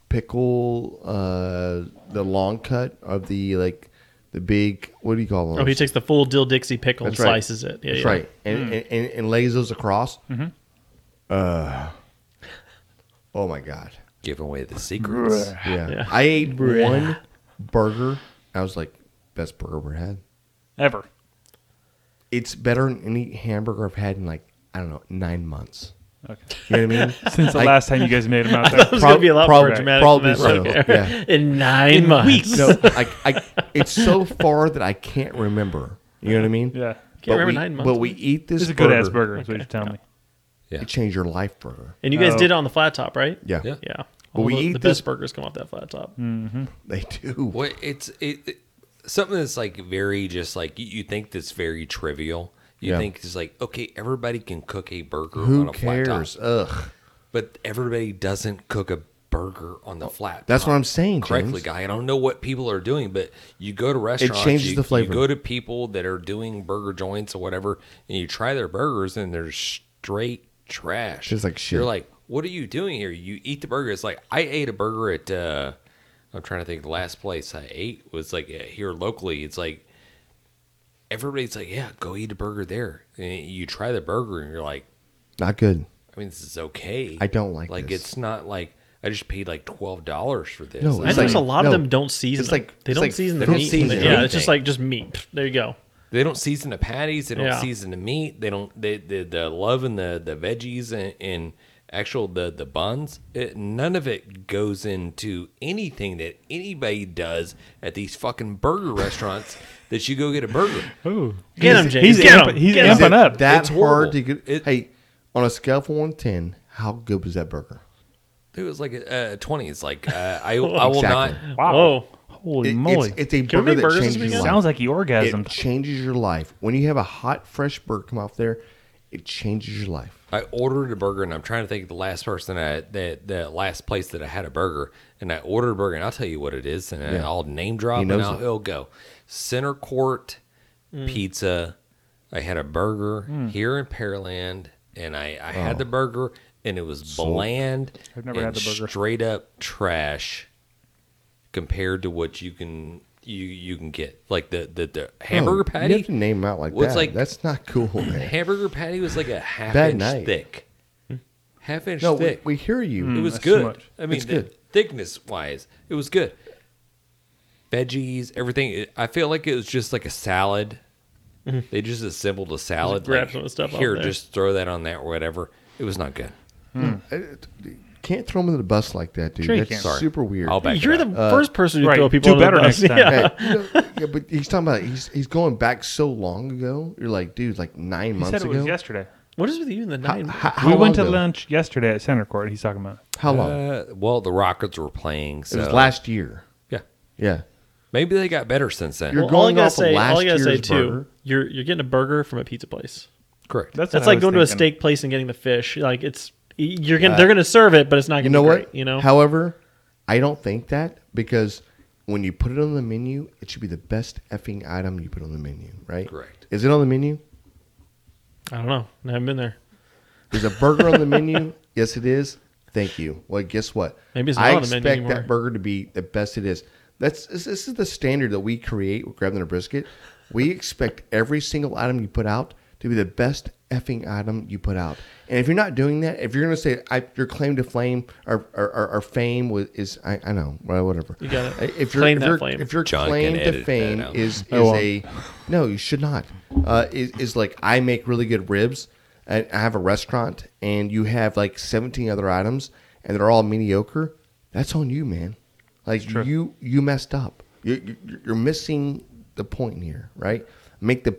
S1: pickle, uh, the long cut of the like the big. What do you call them?
S3: Oh, he takes the full dill Dixie pickle and slices it. Yeah,
S1: That's
S3: yeah.
S1: right. And, and, and, and lays those across. Uh, oh my God.
S2: Giving away the secrets.
S1: Yeah.
S3: Yeah.
S1: I ate one burger. I was like, best burger I've ever had.
S4: Ever.
S1: It's better than any hamburger I've had in like, I don't know, nine months.
S4: Okay.
S1: You know what I mean?
S4: Since the
S1: Like-
S4: last time you guys made him out there.
S3: It's gonna be a lot
S1: Prob-
S3: more
S1: prob-
S3: dramatic.
S1: probably
S3: than that.
S1: so,
S3: Okay. In nine months.
S1: No, I, I, it's so far that I can't remember. You know what I mean?
S4: Yeah.
S1: But
S3: remember
S1: we-
S3: nine months.
S1: But we eat this.
S4: This is a good ass burger, is what you're telling me.
S2: Yeah.
S1: It changed your life burger.
S3: And you guys
S4: Oh.
S3: did it on the flat top, right?
S1: Yeah.
S2: Yeah.
S3: Yeah.
S1: Well,
S3: All
S1: we
S3: the,
S1: eat
S3: the
S1: this-
S3: best burgers come off that flat top.
S1: They do.
S2: Well, it's it, it- something that's like very just like you, you think that's very trivial. You
S1: Yeah.
S2: think it's like okay, everybody can cook a burger on
S1: Who
S2: a flat
S1: cares?
S2: top,
S1: Ugh.
S2: but everybody doesn't cook a burger on the flat.
S1: Oh, That's
S2: top
S1: what I'm saying,
S2: Correctly,
S1: James.
S2: guy. I don't know what people are doing, but you go to restaurants,
S1: changes
S2: you,
S1: the flavor.
S2: You go to people that are doing burger joints or whatever, and you try their burgers, and they're straight trash.
S1: Tastes like shit.
S2: You're like, what are you doing here? You eat the burger. It's like I ate a burger at. uh I'm trying to think. The last place I ate was like uh, here locally. It's like everybody's like, yeah, go eat a burger there. And you try the burger, and you're like,
S1: Not good.
S2: I mean, this is okay.
S1: I don't like
S2: like
S1: this.
S2: it's not like I just paid like twelve dollars for this.
S1: No,
S2: It's
S3: I
S1: it's
S3: noticed
S1: like-
S3: a lot
S1: no,
S3: of them don't season.
S1: it's
S3: them.
S1: like-
S3: they
S1: it's
S3: don't
S1: like-
S3: season
S1: they
S3: the
S1: don't
S3: meat.
S1: season
S3: yeah, it's
S2: anything.
S3: just like just meat. There you go.
S2: They don't season the patties. They don't
S3: Yeah.
S2: season the meat. They don't they, the the love and the the veggies and, and actual the the buns. It, none of it goes into anything that anybody does at these fucking burger restaurants that you go get a burger.
S4: Ooh.
S3: Get
S4: He's-
S3: him, James.
S4: He's,
S3: Get
S4: amp-
S3: him.
S4: he's
S3: Get
S1: Is
S3: him.
S4: amping
S1: it
S4: up.
S1: that
S2: It's horrible.
S1: hard to get?
S2: It-
S1: hey, on a scale from one to ten, how good was that burger?
S2: It was like uh, twenty. It's like uh, I I will not.
S1: Exactly.
S4: Wow.
S3: Oh. Whoa.
S4: Holy
S1: It-
S4: moly.
S1: It's, it's a
S3: Can we
S1: burger
S3: make
S1: that
S3: burgers this
S1: changes your
S3: weekend?
S1: life.
S4: Sounds like he
S1: it
S4: orgasmed.
S1: changes your life. When you have a hot, fresh burger come off there, it changes your life.
S2: I ordered a burger, and I'm trying to think of the last person I, that the last place that I had a burger, and I ordered a burger, and I'll tell you what it is, and I'll name drop,
S1: He
S2: and
S1: knows
S2: I'll,
S1: it.
S2: he'll go center court
S4: Mm.
S2: pizza. I had a burger
S1: Hmm.
S2: here in Pearland, and I, I
S1: Oh.
S2: had the burger, and it was bland.
S4: I've never
S2: and
S4: had the burger.
S2: Straight up trash compared to what you can you you can get like the the, the hamburger
S1: Oh,
S2: patty.
S1: You have to name them out like
S2: was
S1: that.
S2: like-
S1: That's not cool,
S2: The
S1: man.
S2: hamburger patty was like a half
S1: Bad
S2: inch
S1: night.
S2: thick. Hmm? Half inch
S1: No, we,
S2: thick.
S1: we hear you.
S2: it was
S4: that's too
S2: good.
S4: much.
S2: I mean,
S1: It's
S2: the
S1: good.
S2: thickness wise, it was good. Veggies, everything. It- I feel like it was just like a salad.
S1: Mm-hmm.
S2: They just assembled a salad.
S3: grab
S2: like,
S3: some of the stuff off
S2: here,
S3: there.
S2: just throw that on that or whatever. It was not good.
S1: Can't throw them in the bus like that, dude.
S4: Sure you
S1: That's
S4: can. Sorry.
S1: super weird.
S2: I'll back it
S3: You're
S2: up.
S3: the first person to
S4: right.
S3: throw people
S4: Do
S3: under
S4: better
S3: the bus.
S4: next time.
S3: Yeah.
S1: Uh, Hey, you know, yeah, but he's talking about he's he's going back so long ago. You're like, dude, like nine
S4: He
S1: months
S4: said it
S1: ago.
S4: was yesterday.
S3: What is with you in the
S1: How,
S3: nine?
S1: how, how
S4: We
S1: long
S4: went to
S1: ago?
S4: lunch yesterday at Center Court. He's talking about.
S1: How long?
S2: Uh, well, the Rockets were playing.
S1: it
S2: So,
S1: was last year.
S2: Yeah.
S1: Yeah.
S2: Maybe they got better since then.
S1: You're
S3: well, all I
S1: going
S3: gotta
S1: off of
S3: say, all I
S1: last
S3: gotta say
S1: year's
S3: too,
S1: burger.
S3: you're you're getting a burger from a pizza place.
S2: Correct.
S4: That's,
S3: That's
S4: what I
S3: like
S4: was
S3: going to a
S4: thinking.
S3: steak place and getting the fish. Like it's you're gonna they're gonna serve it, but it's not
S1: Uh,
S3: gonna
S1: You know
S3: be
S1: what?
S3: great, you know.
S1: However, I don't think that because when you put it on the menu, it should be the best effing item you put on the menu, right?
S2: Correct.
S1: Is it on the menu?
S3: I don't know. I haven't been there.
S1: Is a burger on the menu? Yes, it is. Thank you. Well, guess what?
S3: Maybe it's not
S1: I
S3: on the menu
S1: expect
S3: anymore.
S1: that burger to be the best it is. That's this, this is the standard that we create with grabbing a brisket. We expect every single item you put out to be the best effing item you put out. And if you're not doing that, if you're going to say I, your claim to flame or or, or, or fame was, is I, I know well, whatever you
S3: got it.
S1: If you're
S3: Claim
S1: if
S3: that
S1: your-
S3: flame.
S1: if your
S2: John can
S1: claim
S2: edit
S1: to
S2: that
S1: fame
S2: out.
S1: is is
S4: I won't.
S1: a no, you should not. Uh, is, is like I make really good ribs. And I have a restaurant, and you have like seventeen other items, and they're all mediocre. That's on you, man. Like you, you messed up. You're, you're missing the point here, right? Make the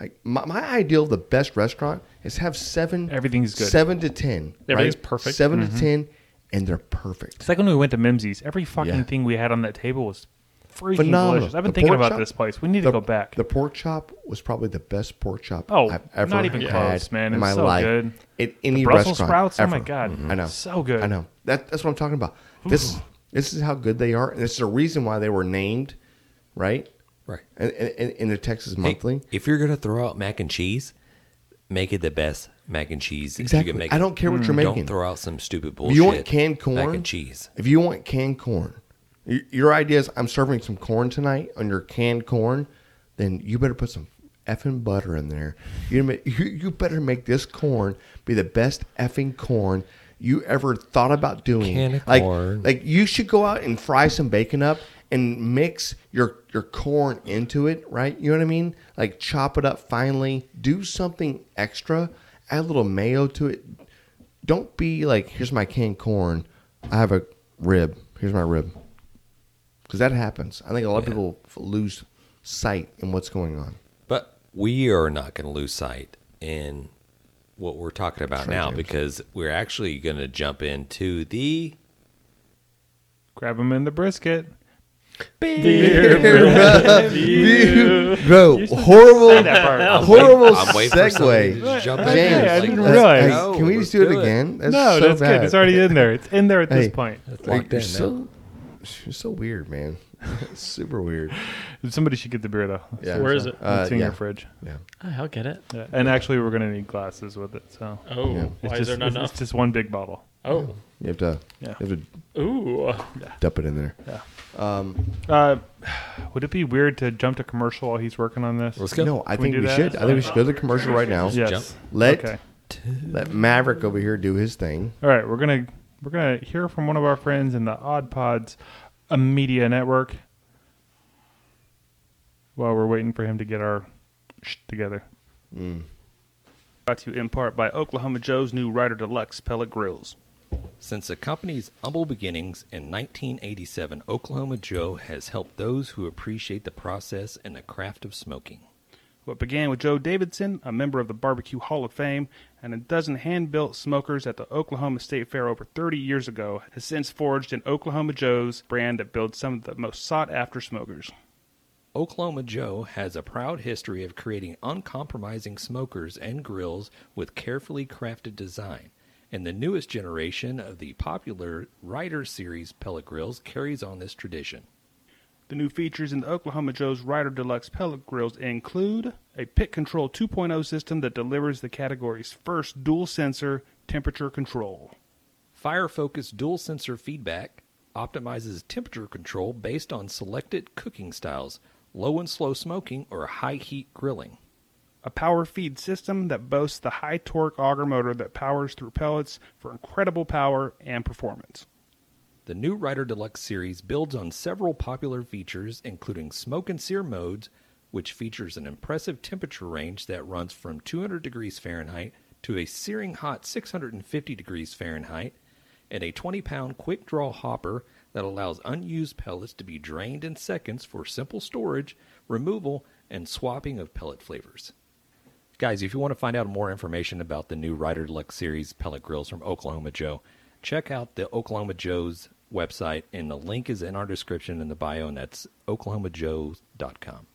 S1: like my, my ideal of the best restaurant is have seven.
S4: Everything's good. Mm-hmm.
S1: Seven to ten.
S3: Everything's
S1: right?
S3: perfect.
S1: Seven to ten, and they're perfect.
S4: It's like when we went to Mimsy's. Every fucking
S1: Yeah.
S4: thing we had on that table was freaking
S1: Phenomenal.
S4: delicious. I've been
S1: The
S4: thinking
S1: pork
S4: about
S1: chop-
S4: this place. We need
S1: the,
S4: to go back.
S1: The pork chop was probably the best pork chop
S4: Oh,
S1: I've ever
S4: not even
S1: had
S4: close, man. It
S1: in
S4: was
S1: my
S4: so
S1: life.
S4: good.
S1: At any
S4: Brussels
S1: restaurant
S4: sprouts? Oh my
S1: ever. Mm-hmm.
S4: God.
S1: I know.
S4: So good.
S1: I know. That, that's what I'm talking about. This this is how good they are, and this is the reason why they were named, right?
S2: Right.
S1: In, in, in the Texas
S2: Hey,
S1: Monthly.
S2: if you're gonna throw out mac and cheese, make it the best mac and cheese that you
S1: Exactly.
S2: can make.
S1: I don't care what you're
S2: Don't
S1: making.
S2: throw out some stupid
S1: If
S2: bullshit.
S1: you want canned corn,
S2: mac and cheese.
S1: If you want canned corn, y- your idea is I'm serving some corn tonight on your canned corn, then you better put some effing butter in there. You ma- you, you better make this corn be the best effing corn you ever thought about doing.
S2: Can of
S1: like
S2: corn.
S1: like you should go out and fry some bacon up and mix your your corn into it, right? You know what I mean? Like chop it up finely, do something extra, add a little mayo to it. Don't be like, here's my canned corn. I have a rib. Here's my rib. Because that happens. I think a lot of people f- lose sight in what's going on.
S2: But we are not going to lose sight in what we're talking about now
S1: James.
S2: because we're actually going to jump into the
S4: Grab them in the brisket.
S1: Bro,
S4: Say
S1: horrible,
S4: that part.
S1: horrible
S2: I'm waiting for somebody
S1: segue.
S2: to just jump in.
S4: Hey,
S1: James,
S4: I didn't
S1: that's-
S4: realize.
S1: hey,
S2: No,
S1: can we
S2: let's
S1: just do it
S2: do it.
S1: again? That's
S4: no,
S1: so
S4: that's
S1: bad.
S4: good. It's already in there. It's in there at
S1: Hey.
S4: this point.
S1: Like,
S2: locked
S1: you're
S2: in
S1: so, you're so weird, man. Super weird.
S4: Somebody should get the beer though.
S1: Yeah.
S3: Where is it?
S1: Uh,
S4: it's in
S1: yeah.
S4: your fridge.
S1: Yeah.
S3: Ah, I'll get it.
S4: Yeah. And actually, we're gonna need glasses with it. So
S3: Oh,
S1: Yeah.
S3: why
S4: it's
S3: is
S4: just,
S3: there not
S4: it's,
S3: enough?
S4: it's just one big bottle.
S3: Oh,
S1: You have to,
S4: Yeah.
S1: you have to
S3: ooh.
S1: dump it in there.
S4: Uh, would it be weird to jump to commercial while he's working on this?
S2: Let's go.
S1: No, I
S4: Can we
S1: think
S4: do
S1: we
S4: that?
S1: should. I think we should go to the commercial right now.
S4: Yes.
S2: Jump.
S1: Let
S4: Okay.
S1: let Maverick over here do his thing.
S4: All right, we're gonna we're gonna hear from one of our friends in the Odd Pods a Media Network while we're waiting for him to get our sh- together.
S1: Mm.
S5: Brought to you in part by Oklahoma Joe's new Rider Deluxe Pellet Grills.
S2: Since the company's humble beginnings in 1987, Oklahoma Joe has helped those who appreciate the process and the craft of smoking.
S5: What began with Joe Davidson, a member of the Barbecue Hall of Fame, and a dozen hand built smokers at the Oklahoma State Fair over 30 years ago, has since forged an Oklahoma Joe's brand that builds some of the most sought after smokers.
S2: Oklahoma Joe has a proud history of creating uncompromising smokers and grills with carefully crafted design. And the newest generation of the popular Rider Series pellet grills carries on this tradition.
S5: The new features in the Oklahoma Joe's Rider Deluxe pellet grills include a pit control 2.0 system that delivers the category's first dual sensor temperature control.
S2: Fire focused dual sensor feedback optimizes temperature control based on selected cooking styles, low and slow smoking, or high heat grilling.
S5: a power feed system that boasts the high torque auger motor that powers through pellets for incredible power and performance.
S2: The new Rider Deluxe series builds on several popular features, including smoke and sear modes, which features an impressive temperature range that runs from 200 degrees Fahrenheit to a searing hot 650 degrees Fahrenheit, and a 20 pound quick draw hopper that allows unused pellets to be drained in seconds for simple storage, removal, and swapping of pellet flavors. Guys, if you want to find out more information about the new Rider Deluxe series pellet grills from Oklahoma Joe, check out the Oklahoma Joe's website, and the link is in our description in the bio, and that's oklahomajoes.com.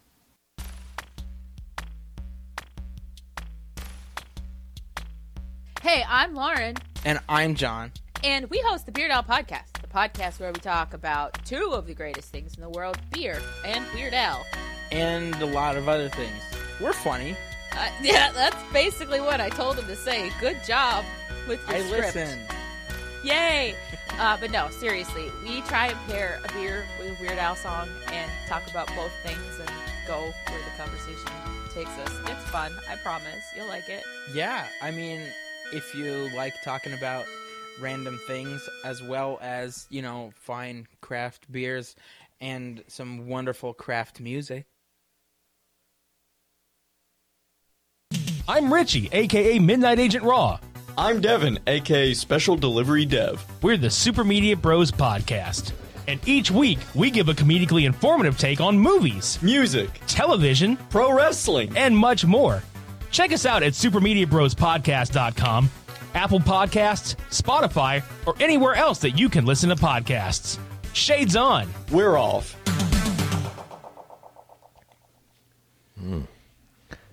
S6: Hey, I'm Lauren,
S7: And I'm John.
S6: and we host the Beard Al Podcast, the podcast where we talk about two of the greatest things in the world beer and Weird Al.
S7: And a lot of other things. We're funny.
S6: Uh, yeah, that's basically what I told him to say. Good job with your
S7: I
S6: script.
S7: listen.
S6: Yay! Uh, but no, seriously, we try and pair a beer with a Weird Al song and talk about both things and go where the conversation takes us. It's fun, I promise. You'll like it.
S7: Yeah, I mean, if you like talking about random things as well as, you know, fine craft beers and some wonderful craft music.
S8: I'm Richie, aka Midnight Agent Raw.
S9: I'm Devin, aka Special Delivery Dev.
S8: We're the Super Media Bros podcast. And each week, we give a comedically informative take on movies,
S9: Music,
S8: television,
S9: pro wrestling,
S8: and much more. Check us out at supermediabrospodcast.com Apple Podcasts, Spotify, or anywhere else that you can listen to podcasts. Shades on.
S9: We're off.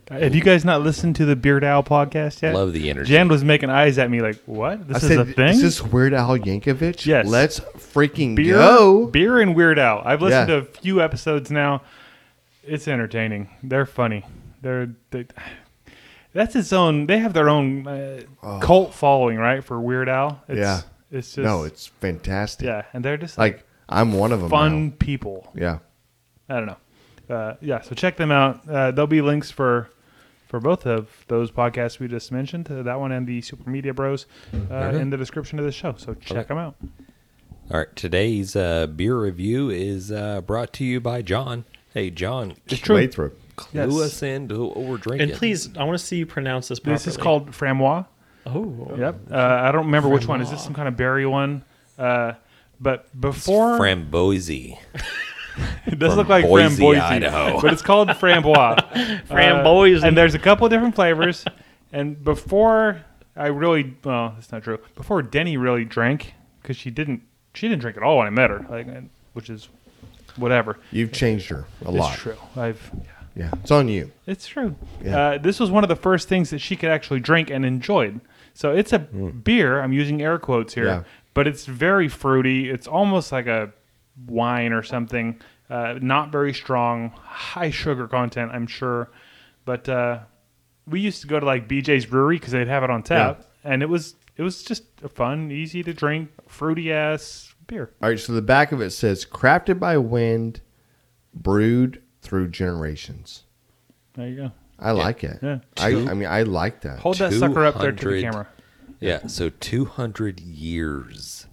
S4: Have you guys not listened to the Beard Owl podcast yet?
S2: Love the energy.
S4: Jan was making eyes at me like, "What? This
S1: I
S4: is
S1: said,
S4: a thing."
S1: Is this Weird Al Yankovic?
S4: Yes.
S1: Let's freaking
S4: beer,
S1: go.
S4: beer and Weird Al. I've listened
S1: Yeah.
S4: to a few episodes now. It's entertaining. They're funny. They're they, that's its own. They have their own uh, cult following, right? For Weird Al. It's,
S1: Oh. Yeah.
S4: It's just
S1: no, it's fantastic.
S4: yeah, and they're just like
S1: Like, oh, I'm one of them.
S4: fun people.
S1: Yeah.
S4: I don't know. Uh, yeah, so check them out. Uh, there'll be links for for both of those podcasts we just mentioned, uh, that one and the Super Media Bros, uh, in the description of the show. So check them out.
S2: All right, today's uh, beer review is uh, brought to you by John. Hey, John,
S1: Wait through.
S2: clue us in to what we're drinking.
S3: And please, I want to see you pronounce this properly.
S4: This is called Framois.
S3: Oh,
S4: Yep. Uh, I don't remember which one. Is this some kind of berry one? Uh, but before
S2: Framboise.
S4: it does look like
S2: Boise,
S4: framboise,
S2: Idaho.
S4: but it's called frambois. Uh,
S3: Framboise.
S4: and there's a couple different flavors. And before I really, well, that's not true. Before Denny really drank, because she didn't, she didn't drink at all when I met her, like, and- which is whatever.
S1: You've changed her a lot.
S4: It's true. I've,
S1: Yeah. It's on you.
S4: it's true.
S1: Yeah.
S4: Uh, this was one of the first things that she could actually drink and enjoyed. So it's a beer. I'm using air quotes here,
S1: Hmm. Yeah.
S4: but it's very fruity. It's almost like a wine or something. Uh, not very strong, high sugar content, I'm sure. But uh, we used to go to like BJ's Brewery because they'd have it on tap, and it was it was just a fun, easy to drink, fruity ass beer.
S1: All right. So the back of it says, crafted by wind, brewed through generations.
S4: There you go.
S1: I like it.
S4: Yeah.
S1: I, I mean, I like that.
S4: Hold that sucker up there to the
S2: 200
S4: camera.
S2: Yeah, so 200 years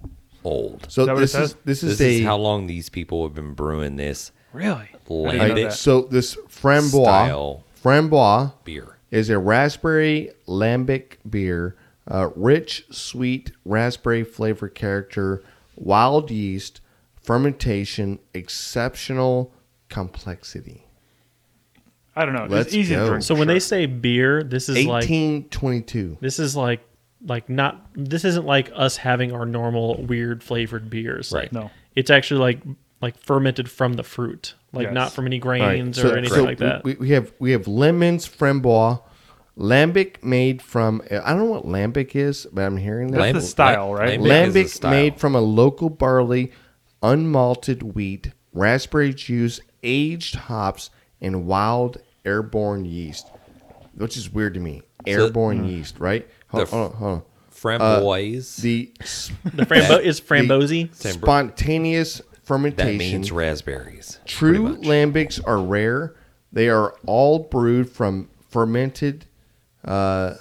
S2: old.
S1: So
S4: Is that what it
S1: this is,
S4: says?
S1: this is
S2: This
S1: a
S2: is how long these people have been brewing this
S4: Really?
S1: All right,
S4: know
S2: lambic
S4: that.
S1: so this frambois
S2: Style.
S1: frambois
S2: beer.
S1: is a raspberry lambic beer, uh, rich sweet raspberry flavor character, wild yeast fermentation, exceptional complexity.
S4: I don't know.
S1: Let's
S4: it's easy
S1: go.
S4: to drink.
S3: So when they say beer, this is like
S1: Eighteen twenty-two.
S3: this is like like not this isn't like us having our normal weird flavored beers. Like,
S2: Right.
S4: No.
S3: It's actually like like fermented from the fruit, like
S4: Yes.
S3: not from any grains or anything like that.
S1: We, we have we have lemons frambois, lambic made from I don't know what lambic is, but I'm hearing that
S2: Lamb-
S4: the style,
S2: lambic
S4: right?
S2: is the
S1: Lambic
S2: style.
S1: made from a local barley, unmalted wheat, raspberry juice, aged hops, and wild airborne yeast, which is weird to me. Airborne yeast, right? Hold,
S2: Mm. The-
S1: hold on, hold on.
S2: framboise.
S1: The s-
S3: the frambo is framboise.
S2: Same bro-
S1: spontaneous
S2: that
S1: fermentation.
S2: means raspberries.
S1: True
S2: pretty much.
S1: lambics are rare. They are all brewed from fermented. Uh,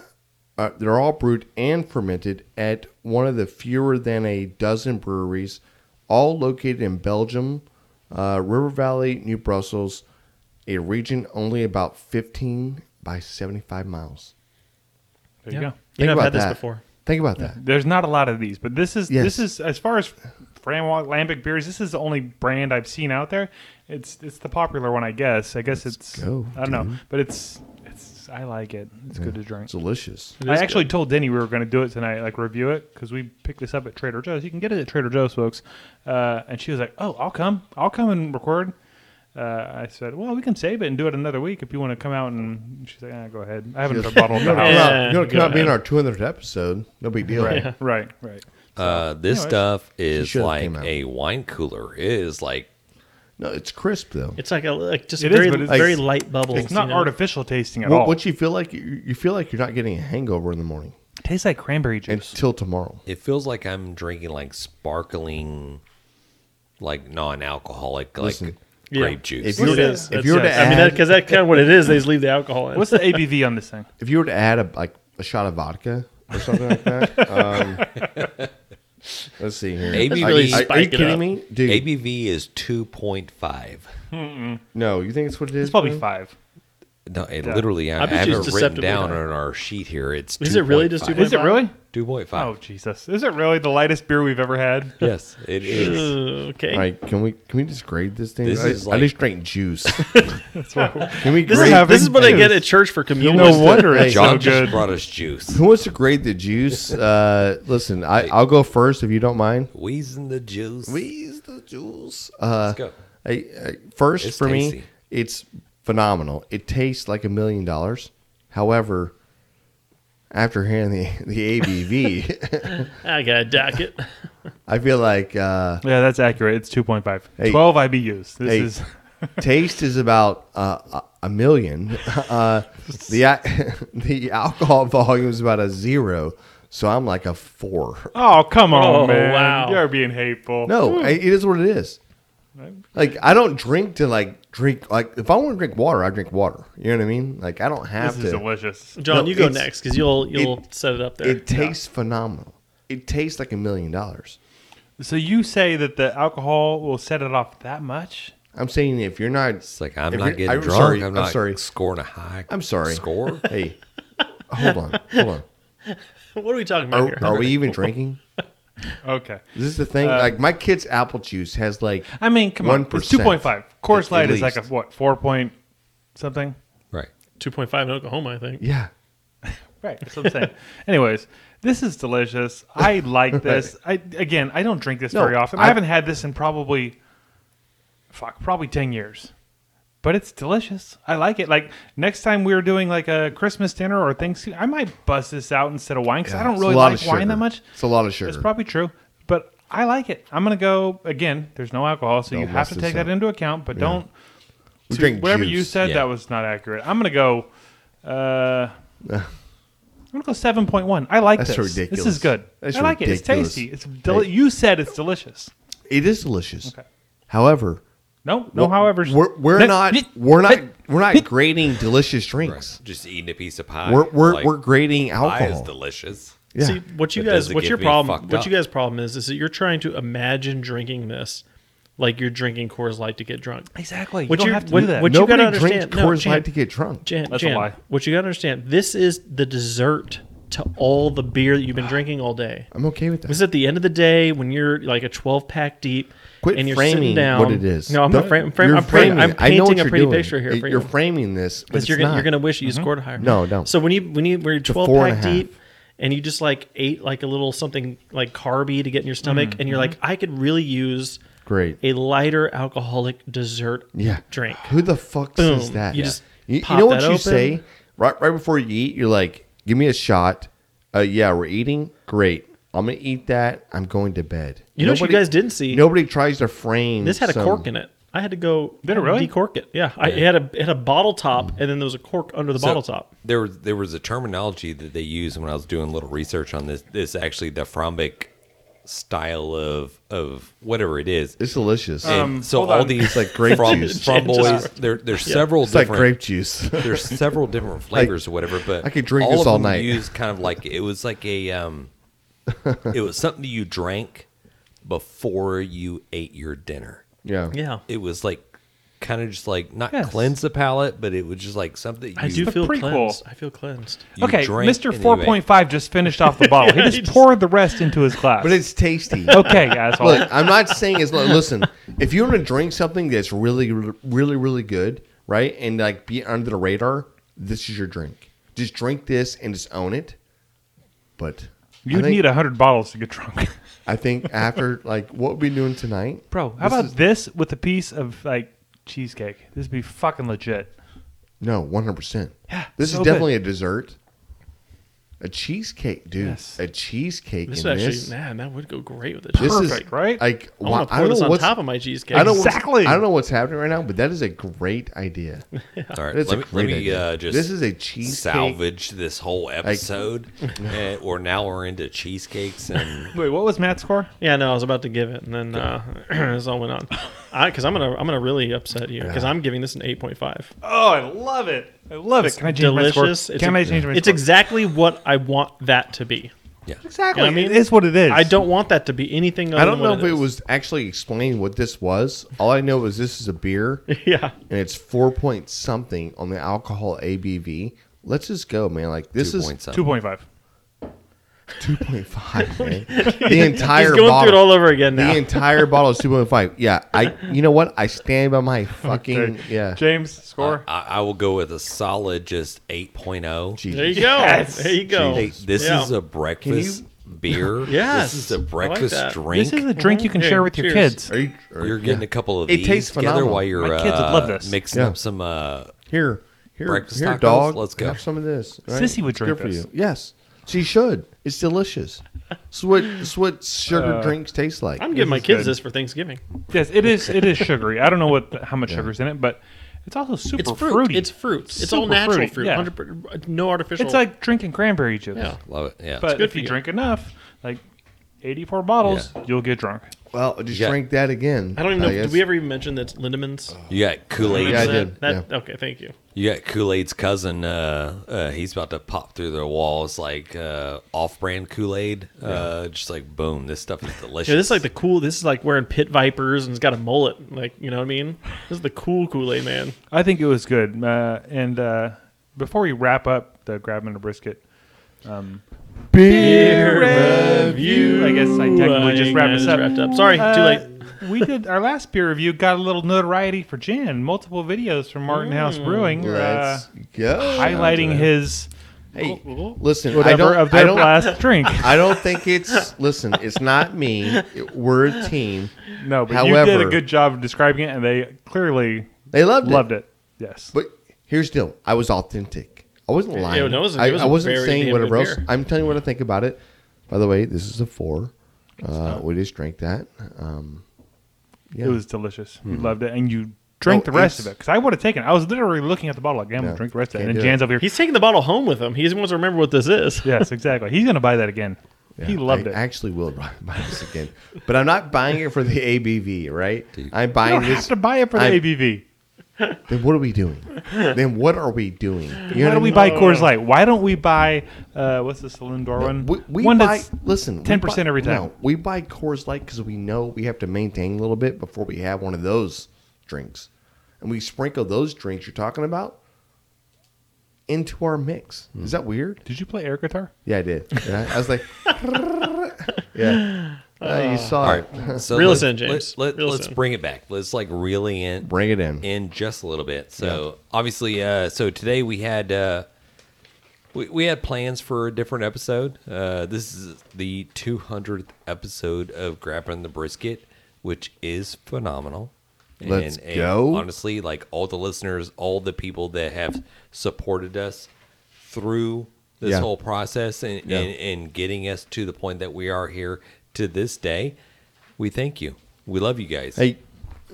S1: uh, they're all brewed and fermented at one of the fewer than a dozen breweries, all located in Belgium, uh, River Valley, New Brussels, a region only about 15 by 75 miles.
S4: There you
S3: Yeah.
S4: go.
S3: You
S1: Think
S3: know, I've
S1: about
S3: had this
S1: that.
S3: before.
S1: Think about that.
S4: There's not a lot of these, but this is
S1: Yes.
S4: this is as far as Framwalk Lambic beers. This is the only brand I've seen out there. It's it's the popular one, I guess. I guess it's
S1: go,
S4: I don't know,
S1: dude.
S4: but it's it's I like it. It's good to drink.
S1: It's delicious.
S4: I actually told Denny we were going to do it tonight, like review it, because we picked this up at Trader Joe's. You can get it at Trader Joe's, folks. Uh, and she was like, "Oh, I'll come. I'll come and record." Uh, I said, "Well, we can save it and do it another week if you want to come out." And she's like, ah, "Go ahead. I have another bottle at the
S1: Come
S4: house."
S1: out-
S3: Yeah,
S1: you know, come
S3: go
S1: out being our 200th episode. No big deal.
S4: Right, right, right.
S2: Uh, this
S4: Anyways.
S2: stuff is
S1: should've
S2: like
S1: came out.
S2: a wine cooler. It is like
S1: No, it's crisp though.
S3: It's like a like just
S4: It is,
S3: very
S4: but it's-
S3: very
S4: it's-
S3: light bubbles.
S4: It's not
S3: you know?
S4: artificial tasting at
S1: What,
S4: all.
S1: what you feel like? You, you feel like you're not getting a hangover in the morning
S4: tastes like cranberry juice.
S1: until tomorrow.
S2: it feels like I'm drinking like sparkling, like non-alcoholic, like
S1: Listen,
S3: Yeah.
S2: grape juice.
S1: If
S3: What
S1: you were
S3: it
S1: to-
S3: is.
S1: if
S3: That's-
S1: you were to
S3: yes. I mean,
S1: add-
S3: because that's kind of what it is. They just leave the alcohol in.
S4: What's the ABV on this thing?
S1: If you were to add a like a shot of vodka or something like that, um, let's see here.
S2: ABV
S1: Are you- are, you
S3: spike it
S1: kidding
S3: up.
S1: me, dude?
S2: ABV is 2.5.
S1: no, you think it's what it is?
S4: It's probably
S1: bro?
S4: five.
S2: No, it literally. I, I
S3: I bet you
S2: have it
S3: it's
S2: written
S3: deceptively
S2: down
S3: high.
S2: on our sheet here. It's
S3: Is it really just
S2: 2.5?
S3: 2.5?
S4: Is it really?
S2: Two point five.
S4: Oh Jesus! Is it really the lightest beer we've ever had?
S2: Yes, it is.
S3: Uh, okay.
S1: All right, can we can we just grade this thing?
S2: This
S1: I,
S2: is
S1: I
S2: like-
S1: just drank juice. can we
S3: This
S1: grade?
S3: is,
S4: having
S3: this is what I get
S4: juice.
S3: at church for communion.
S4: No wonder it's
S2: John
S4: so
S2: just
S4: good.
S2: brought us juice.
S1: who wants to grade the juice? Uh, listen, I, I'll go first if you don't mind.
S2: Wheezing the juice.
S1: Squeeze the juice. Uh,
S2: Let's go.
S1: I, I, first,
S2: It's
S1: for me,
S2: tasty.
S1: it's phenomenal. It tastes like a million dollars. However, after hearing the, the ABV,
S3: I got to dock it.
S1: I feel like uh,
S4: Yeah, that's accurate. It's 2.5.
S1: Hey.
S4: 12 IBUs. This
S1: Hey.
S4: is
S1: taste is about uh, a- a million. Uh, the a- the alcohol volume is about a zero. So I'm like a four.
S4: Oh, come on,
S3: Oh,
S4: man.
S3: wow.
S4: You're being hateful.
S1: No, I, it is what it is. Like I don't drink to like drink. Like if I want to drink water, I drink water. You know what I mean? Like I don't have
S4: This is
S1: to.
S4: delicious.
S1: No,
S3: John, you go
S1: it's-
S3: next because you'll you'll
S1: it-
S3: set it up there.
S1: It tastes phenomenal. It tastes like a million dollars.
S4: So you say that the alcohol will set it off that much?
S1: I'm saying if you're not,
S2: It's like I'm
S1: if
S2: not
S1: you're-
S2: getting
S1: I'm
S2: drunk.
S1: Sorry,
S2: I'm not
S1: sorry.
S2: scoring a high.
S1: I'm sorry.
S2: Score.
S1: Hey, hold on, hold on.
S3: what are we talking about
S1: Are,
S3: here?
S1: are we even drinking?
S4: Okay.
S1: Is this the thing?
S4: Uh,
S1: like my kid's apple juice has like.
S4: I mean, come on. It's
S1: 1%.
S4: 2.5.
S1: At-
S4: Coors Light
S1: at
S4: is like a,
S1: least.
S4: what, 4 point something?
S2: Right.
S3: 2.5 in Oklahoma, I think.
S1: Yeah.
S4: Right. That's what I'm saying. Anyways, this is delicious. I like this. I Again, I don't drink this
S1: No,
S4: very often. I,
S1: I-
S4: haven't had this in probably, fuck, probably 10 years. But it's delicious. I like it. Like next time we are doing like a Christmas dinner or Thanksgiving, I might buzz this out instead of wine because I don't
S1: It's
S4: really
S1: a lot
S4: like
S1: of
S4: wine
S1: sugar.
S4: that much.
S1: It's a lot of sugar.
S4: It's probably true, but I like it. I'm gonna go again. There's no alcohol, so you
S1: Don't
S4: have
S1: mess
S4: to
S1: this
S4: take
S1: up.
S4: that into account. But don't
S1: we drink
S4: whatever
S1: juice.
S4: you said
S2: Yeah.
S4: that was not accurate. I'm gonna go. Uh, I'm gonna go seven point one. I like
S1: That's
S4: this.
S1: ridiculous.
S4: This is good.
S1: That's
S4: I like it.
S1: ridiculous.
S4: It's tasty. It's deli-
S1: Hey.
S4: you said it's delicious.
S1: It is delicious. However,
S4: No, no. However,
S1: we're we're
S4: Ne-
S1: not we're not we're not grading delicious drinks.
S2: Just eating a piece of pie.
S1: We're we're
S2: Like,
S1: we're grading
S2: pie is
S1: alcohol.
S2: delicious.
S1: Yeah.
S3: See what you
S2: But does
S3: guys
S2: it
S3: what's
S2: get
S3: your
S2: me
S3: problem
S2: fucked
S3: what
S2: up?
S3: you guys problem is is that you're trying to imagine drinking this like you're drinking Coors Light to get drunk.
S4: exactly. You
S3: What
S4: don't
S3: you-
S4: have to
S3: what-
S4: do that.
S3: what you
S1: Nobody
S3: gotta
S1: drinks
S3: understand- no,
S1: Coors
S3: Jan-
S1: Light to get drunk.
S3: Jan,
S4: That's a
S3: Jan,
S4: lie.
S3: what you got to understand this is the dessert to all the beer that you've been drinking all day.
S1: I'm okay with
S3: This
S1: that.
S3: is at the end of the day when you're like a 12 pack deep
S1: Quit
S3: and you're
S1: framing
S3: sitting down.
S1: what it is.
S3: No, I'm
S1: Don't-
S3: not framing. Fram-
S1: you're
S3: I'm, framing, I'm
S1: I know what
S3: painting a
S1: you're
S3: pretty
S1: doing.
S3: picture here.
S1: It-
S3: for
S1: You're
S3: you.
S1: framing this, but
S3: Because
S1: it's
S3: you're gonna you're
S1: not. Mm-hmm.
S3: gonna wish you scored higher.
S1: No, don't.
S3: So when you when you when you're
S1: a
S3: twelve
S1: four and
S3: pack
S1: a half.
S3: deep and you just like ate like a little something like carby to get in your stomach and you're like, I could really use
S1: Mm-hmm. Great.
S3: a lighter alcoholic dessert
S1: Yeah.
S3: drink.
S1: Who the fuck
S3: Boom.
S1: says that?
S3: You just
S1: you, you
S3: pop
S1: know what
S3: that
S1: you
S3: open.
S1: say right right before you eat. You're like, "Give me a shot." Uh, yeah, we're eating. Great. I'm gonna eat that. I'm going to bed.
S3: You know what you guys didn't see?
S1: Nobody tries to frame.
S3: This had a
S1: some-
S3: cork in it. I had to go
S4: Did it really?
S3: decork it. Yeah. I, it had a it had a bottle top and then there was a cork under the
S2: So,
S3: bottle top.
S2: There was there was a terminology that they used when I was doing a little research on this. This actually the Frombic style of of whatever it is.
S1: It's um, delicious.
S2: And so all these
S1: like grape
S2: from,
S1: juice.
S2: from boys,
S3: Just-
S2: there, there's several
S1: it's like
S2: different
S1: grape juice.
S2: there's several different flavors or whatever, but
S1: I could drink
S2: all
S1: this
S2: of
S1: all
S2: them
S1: night.
S2: Used kind of like it was like a um, it was something you drank before you ate your dinner.
S1: yeah.
S3: Yeah.
S2: It was like kind of just like not
S4: Yes.
S2: cleanse the palate, but it was just like something you,
S3: I do
S4: the
S3: feel
S4: prequel.
S3: cleansed. I feel cleansed.
S2: you
S4: okay,
S2: drank
S4: Mr.
S2: and you
S4: Four
S2: ate.
S4: Point Five just finished off the bottle. he
S3: Yeah,
S4: just
S3: he just-
S4: poured the rest into his glass.
S1: But it's tasty.
S4: okay, asshole.
S1: Look, I'm not saying it's like, listen, if you want to drink something that's really, really, really good, right? And like be under the radar, this is your drink. Just drink this and just own it. But
S4: you
S1: I think,
S4: need hundred bottles to get drunk.
S1: I think after like what we're doing tonight,
S4: Bro, how
S1: this
S4: about
S1: is-
S4: this with a piece of like cheesecake? This would be fucking legit.
S1: no, 100%.
S4: Yeah,
S1: This
S4: so
S1: is
S4: good.
S1: definitely a dessert. A cheesecake, dude.
S4: Yes.
S1: A cheesecake
S3: This is
S1: in
S3: actually
S1: this.
S3: man, that would go great with the
S1: This
S3: cheesecake.
S1: is
S4: Perfect, right?
S1: Like
S3: I
S1: wow,
S3: want to
S1: I don't
S3: pour this
S1: know
S3: on
S1: what's-
S3: top of my cheesecake.
S1: I don't what's-
S4: Exactly.
S1: I don't know what's happening right now, but that is a great idea.
S2: All right,
S1: That's
S2: let
S1: a
S2: me,
S1: great
S2: let me
S1: idea.
S2: uh, just
S1: This is a cheesecake.
S2: salvage this whole episode. uh, or now we're into cheesecakes and
S4: Wait, what was Matt's score?
S3: Yeah, no, I was about to give it, and then uh, this all went on. Because I'm gonna, I'm gonna really upset you because I'm giving this an 8.5.
S4: Oh, I love it. I love it. Can I change
S3: Delicious.
S4: my score?
S3: It's
S4: Can
S3: a-
S4: I change my
S3: It's
S4: score?
S3: exactly what I want that to be.
S2: Yeah.
S4: Exactly.
S3: I mean,
S4: it is what it is.
S3: I don't want that to be anything. Other
S1: I don't
S3: than
S1: know
S3: what
S1: if it
S3: is.
S1: was actually explained what this was. All I know is this is a beer and
S3: yeah,
S1: it's four point something on the alcohol ABV. Let's just go, man. Like this
S2: Two
S1: is
S2: point something.
S4: Two point five.
S1: two point five, man. The entire
S3: he's going
S1: bottle.
S3: through it all over again now.
S1: The entire bottle is two point five. Yeah, I. You know what? I stand by my fucking yeah.
S4: James,
S3: Uh,
S4: score.
S2: I, I will go with a solid just oh. 8.0.
S1: Jesus.
S3: there you go. There you go.
S2: Hey, this
S3: Yeah.
S2: is a breakfast beer.
S3: Yes.
S2: This is a
S3: I like
S2: breakfast
S3: that.
S2: drink.
S4: This is a drink you can
S3: Hey,
S4: share with your
S3: cheers.
S4: kids.
S1: Are you, are
S2: you're getting a couple of
S1: It
S2: these
S1: tastes
S2: together
S1: phenomenal.
S2: while you're
S4: My kids would
S2: uh,
S4: love this.
S2: mixing
S1: Yeah.
S2: up some uh,
S1: here? Here,
S2: Breakfast
S1: here,
S2: tacos?
S1: dog.
S2: Let's go.
S1: Have some of this. right?
S4: Sissy would drink
S1: Good for
S4: this.
S1: you. Yes, she should. It's delicious. It's what, it's what sugar drinks taste like.
S3: I'm giving my kids
S4: good.
S3: this for Thanksgiving.
S4: Yes, it is. It is sugary. I don't know what how much sugar's in it, but it's also super
S3: It's fruit.
S4: fruity.
S3: It's fruit. It's all
S4: Super
S3: natural
S4: fruity,
S3: fruit.
S4: yeah.
S3: 100%, no artificial.
S4: It's like drinking cranberry juice.
S3: Yeah.
S2: love it. Yeah.
S4: But
S3: good
S4: if
S3: for
S4: you
S3: you.
S4: drink enough, like eighty-four bottles, you'll get drunk.
S1: Well, just
S2: Yeah.
S1: drink that again.
S3: I don't even know.
S1: guess. Oh,
S3: did we ever even mention that's Lindemans?
S2: you got Kool Aid.
S1: Yeah, I
S3: That-
S1: did,
S3: that- Okay, thank you.
S2: You got Kool Aid's cousin. Uh, uh, he's about to pop through the walls like uh, off-brand Kool Aid. Uh, just like boom, this stuff is delicious.
S3: Yeah, this is like the cool. This is like wearing pit vipers and it's got a mullet. Like you know what I mean? This is the cool Kool Aid man.
S4: I think it was good. Uh, and uh, before we wrap up the grab and a brisket, um,
S3: Beer review.
S4: I guess I technically just wrapped this up.
S3: Wrapped up. Sorry, too
S4: Uh,
S3: late.
S4: we did our last beer review got a little notoriety for Jan. Multiple videos from Martin House
S3: Mm.
S4: Brewing uh,
S1: Let's go.
S4: highlighting his
S1: Hey, listen. I
S4: whatever
S1: don't.
S4: of
S1: I
S4: their
S1: don't.
S4: last drink.
S1: I don't think it's. Listen, it's not me. It- we're a team.
S4: No, but you did
S1: However-
S4: a good job of describing it, and they clearly
S1: They loved it.
S4: loved it. Yes.
S1: But here's the deal. I was authentic. I wasn't lying.
S3: no, it was a-
S1: I,
S3: it was
S1: I
S3: a
S1: wasn't
S3: very
S1: saying
S3: damn
S1: whatever
S3: good
S1: else.
S3: beer.
S1: I'm telling you what I think about it. By the way, this is a four. Uh, we just drank that. Um, yeah. Mm-hmm.
S4: It was delicious. You loved it, and you drank
S1: Oh,
S4: the rest
S1: it's-
S4: of it because I would have taken. it. I was literally looking at the bottle like, "Yeah, I'm gonna
S1: Yeah,
S4: drink the rest of it."
S1: can't
S4: And
S1: do
S4: then Jan's
S1: it.
S4: over here.
S3: He's taking the bottle home with him. He just wants to remember what this is.
S4: yes, exactly. He's gonna buy that again. he
S1: Yeah,
S4: loved
S1: I
S4: it.
S1: actually will buy buy this again, but I'm not buying it for the ABV, right? I'm
S4: you
S1: buying
S4: don't
S1: this.
S4: have to buy it for the
S1: I'm-
S4: ABV.
S1: Then what are we doing? then what are we doing? You know
S4: Why
S1: what I
S4: don't we
S1: mean?
S4: buy Coors Light? Why don't we buy uh, what's the Lindor one?
S1: We, we
S4: one
S1: buy.
S4: that's
S1: Listen, we
S4: 10%
S1: buy-
S4: every time.
S1: No, we buy Coors Light because we know we have to maintain a little bit before we have one of those drinks, and we sprinkle those drinks you're talking about into our mix.
S4: Hmm.
S1: Is that weird?
S4: Did you play air guitar?
S1: Yeah, I did. And I, I was like, yeah, Uh, you saw
S2: All
S1: it.
S2: right, so
S3: Reel
S2: let's-
S3: us in, James.
S2: Let,
S3: Reel us
S2: us
S3: in.
S2: bring it back. Let's like really in,
S1: Bring it in.
S2: in just a little bit. So obviously, uh, so today we had uh, we we had plans for a different episode. Uh, this is the 200th episode of Grabbing the Brisket, which is phenomenal.
S1: Let's go.
S2: honestly, like all the listeners, all the people that have supported us through this
S1: Yeah.
S2: whole process and,
S1: Yeah.
S2: and, and getting us to the point that we are here to this day. We thank you. We love you guys.
S1: Hey,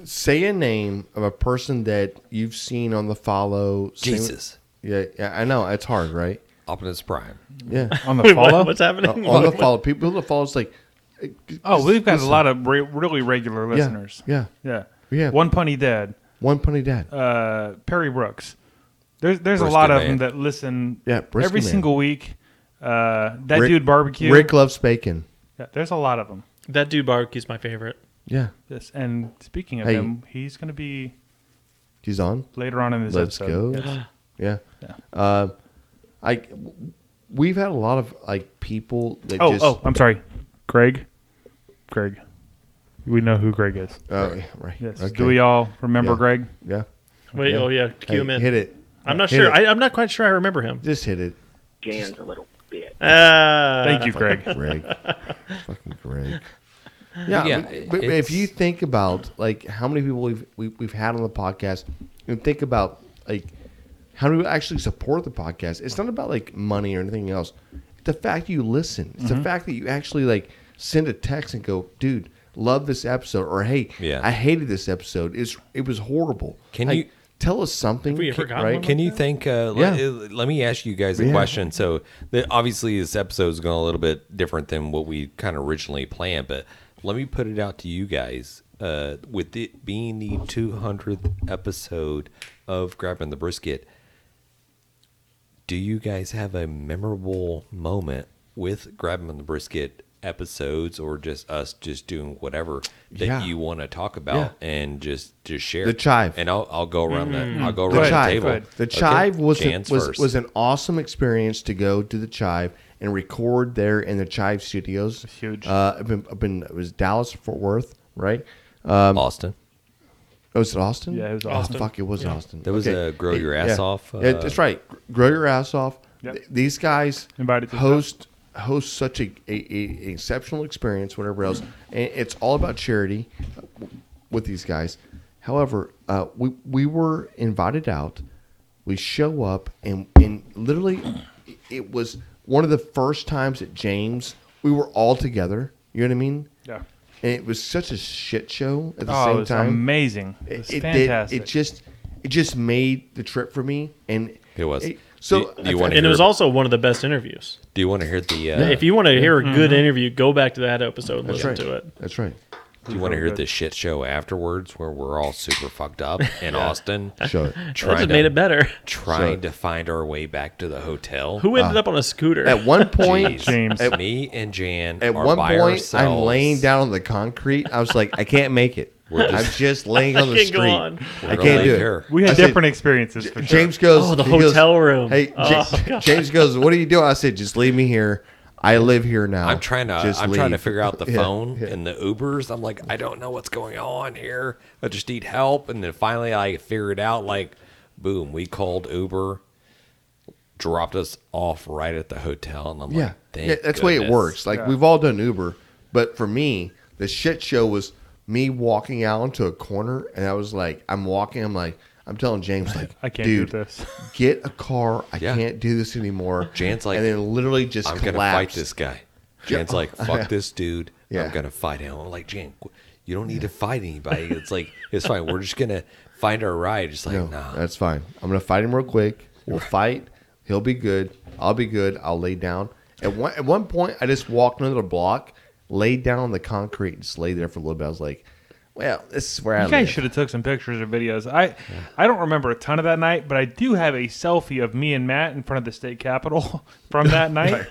S1: say a name of a person that you've seen on the follow. Say-
S2: Jesus.
S1: yeah, yeah, I know it's hard, right?
S2: Optimus Prime.
S1: Yeah,
S4: On the
S3: Wait, what-
S4: follow?
S3: what's happening?
S1: on the follow, people who follow is like.
S4: oh, we've got
S1: Listen.
S4: a lot of re- really regular listeners.
S1: Yeah,
S4: yeah,
S1: We have-
S4: One Punny Dad,
S1: One Punny Dad.
S4: uh, Perry Brooks. There's there's a
S2: Brisket
S4: lot of
S2: Man.
S4: them that listen.
S1: Yeah, Brisket
S4: every
S1: Man.
S4: single week. Uh, that
S1: Rick-
S4: dude barbecue.
S1: Rick loves bacon.
S4: Yeah, there's a lot of them.
S3: That dude barbecue's my favorite.
S1: Yeah,
S4: Yes, and speaking of
S1: Hey.
S4: him, he's going to be
S1: he's on.
S4: later on in this
S1: Let's go.
S4: episode. Yes.
S1: Yeah.
S4: Yeah.
S1: Uh, I we've had a lot of like people that
S4: Oh,
S1: just
S4: oh, I'm sorry, Greg. Greg, we know who Greg is.
S1: Oh, yeah, right.
S4: Yes.
S1: Okay.
S4: Do we all remember
S1: Yeah.
S4: Greg?
S1: yeah.
S3: Wait, oh yeah, cue
S1: Hey,
S3: him in.
S1: Hit it.
S3: I'm not
S1: Hit
S3: sure.
S1: it.
S3: I, I'm not quite sure. I remember him.
S1: Just hit it,
S10: Jan's a little bit.
S3: Ah,
S4: Thank you, Greg.
S1: Greg. Fucking Greg. Yeah,
S2: Yeah,
S1: but, but
S2: it's-
S1: if you think about like how many people we've we, we've had on the podcast, and think about like how do we actually support the podcast? It's not about like money or anything else. It's the fact that you listen. It's the fact that you actually like send a text and go, dude, love this episode, or hey,
S2: Yeah.
S1: I hated this episode. It's it was horrible.
S2: Can
S1: Like,
S2: you-
S1: tell us something?
S3: we ever
S1: Can-
S3: gotten one?
S2: Can you think? Uh,
S1: Yeah.
S2: let, uh, let me ask you guys a
S1: Yeah.
S2: question. So, the, obviously, this episode is going a little bit different than what we kind of originally planned, but let me put it out to you guys. Uh, with it being the 200th episode of Grabbing the Brisket, do you guys have a memorable moment with Grab 'em and the Brisket episodes or just us just doing whatever that
S1: Yeah.
S2: you want to talk about and just just share
S1: The chive.
S2: and I'll, I'll go around the I'll go
S1: the
S2: around the
S1: chive.
S2: table.
S1: The
S2: Okay,
S1: chive was a,
S2: Jan's
S1: was
S2: first.
S1: was an awesome experience to go to the chive and record there in the chive studios.
S4: huge.
S1: Uh, I've been, I've been it was Dallas Fort Worth, right?
S2: Austin.
S1: Oh, was it Austin?
S4: Yeah, it was
S1: Oh,
S4: Austin.
S1: fuck, it was Austin.
S2: There was a grow your ass off,
S1: yeah,
S2: uh,
S1: that's right. Grow your ass off.
S4: Yep.
S1: Th- These guys
S4: Invited to the
S1: host host such a, a, a exceptional experience. Whatever else, and it's all about charity uh, with these guys. However, uh, we we were invited out. We show up and and literally, it was one of the first times at James we were all together. You know what I mean?
S4: Yeah.
S1: And it was such a shit show at the
S4: Oh,
S1: same
S4: it was
S1: time
S4: amazing. It was
S1: it, it,
S4: fantastic.
S1: it just it just made the trip for me and
S2: It was.
S1: so
S2: Do- do you wanna
S3: And it was
S2: Sure.
S3: also one of the best interviews.
S2: Do you want to hear the uh,
S3: If you want to hear a good interview, go back to that episode and
S1: Mm-hmm. that's
S3: listen
S1: right
S3: to it.
S1: that's right
S2: Do you want to hear the shit show afterwards where we're all super fucked up in Austin?
S1: show it
S3: That
S2: Trying
S3: just
S2: to,
S3: made it better.
S2: trying to find our way back to the hotel.
S3: Who
S1: Ah.
S3: ended up on a scooter?
S1: at one point
S2: Jeez.
S4: James.
S1: at,
S2: Me and Jan
S1: at
S2: are
S1: one
S2: by
S1: point i'm
S2: ourselves.
S1: laying down on the concrete i was like i can't make it
S2: We're
S1: i'm
S2: just-
S1: just laying on the
S3: can't go
S1: street
S3: on.
S2: We're
S1: i
S2: gonna
S1: can't do
S2: leave
S1: it
S2: here.
S4: we had
S1: I said-
S4: different experiences for sure.
S1: James goes.
S3: Oh, the
S1: he goes,
S3: hotel room.
S1: Hey, Ja-
S3: Oh,
S1: James goes. What are you doing? I said, just leave me here. I live here now.
S2: I'm trying to
S1: Just
S2: I'm trying to
S1: leave."
S2: figure out the
S1: Yeah,
S2: phone
S1: yeah.
S2: and the Ubers. I'm like, I don't know what's going on here. I just need help. And then finally I figured out like boom, we called Uber, dropped us off right at the hotel and I'm
S1: Yeah,
S2: like, Thank
S1: yeah that's the way it
S2: goodness."
S1: works. Like we've all done Uber, but for me, the shit show was me walking out into a corner, and I was like, I'm walking. I'm like, I'm telling James, like,
S4: I can't do
S1: dude,
S4: this.
S1: Get a car. I
S2: Yeah.
S1: can't do this anymore.
S2: Jan's like,
S1: and then literally just
S2: I'm
S1: collapsed.
S2: gonna fight this guy. Jan's like, fuck this dude.
S1: Yeah.
S2: I'm gonna fight him. I'm like, Jan, qu- you don't need to fight anybody. It's like it's fine. We're just gonna find our ride. It's like,
S1: No,
S2: nah.
S1: that's fine. I'm gonna fight him real quick. We'll fight. He'll be good. I'll be good. I'll lay down. At one at one point, I just walked another block, laid down on the concrete, and just lay there for a little bit. I was like, well, this is where I
S4: You guys
S1: live.
S4: should have took some pictures or videos. I I don't remember a ton of that night, but I do have a selfie of me and Matt in front of the state capitol from that
S1: Right.
S4: night.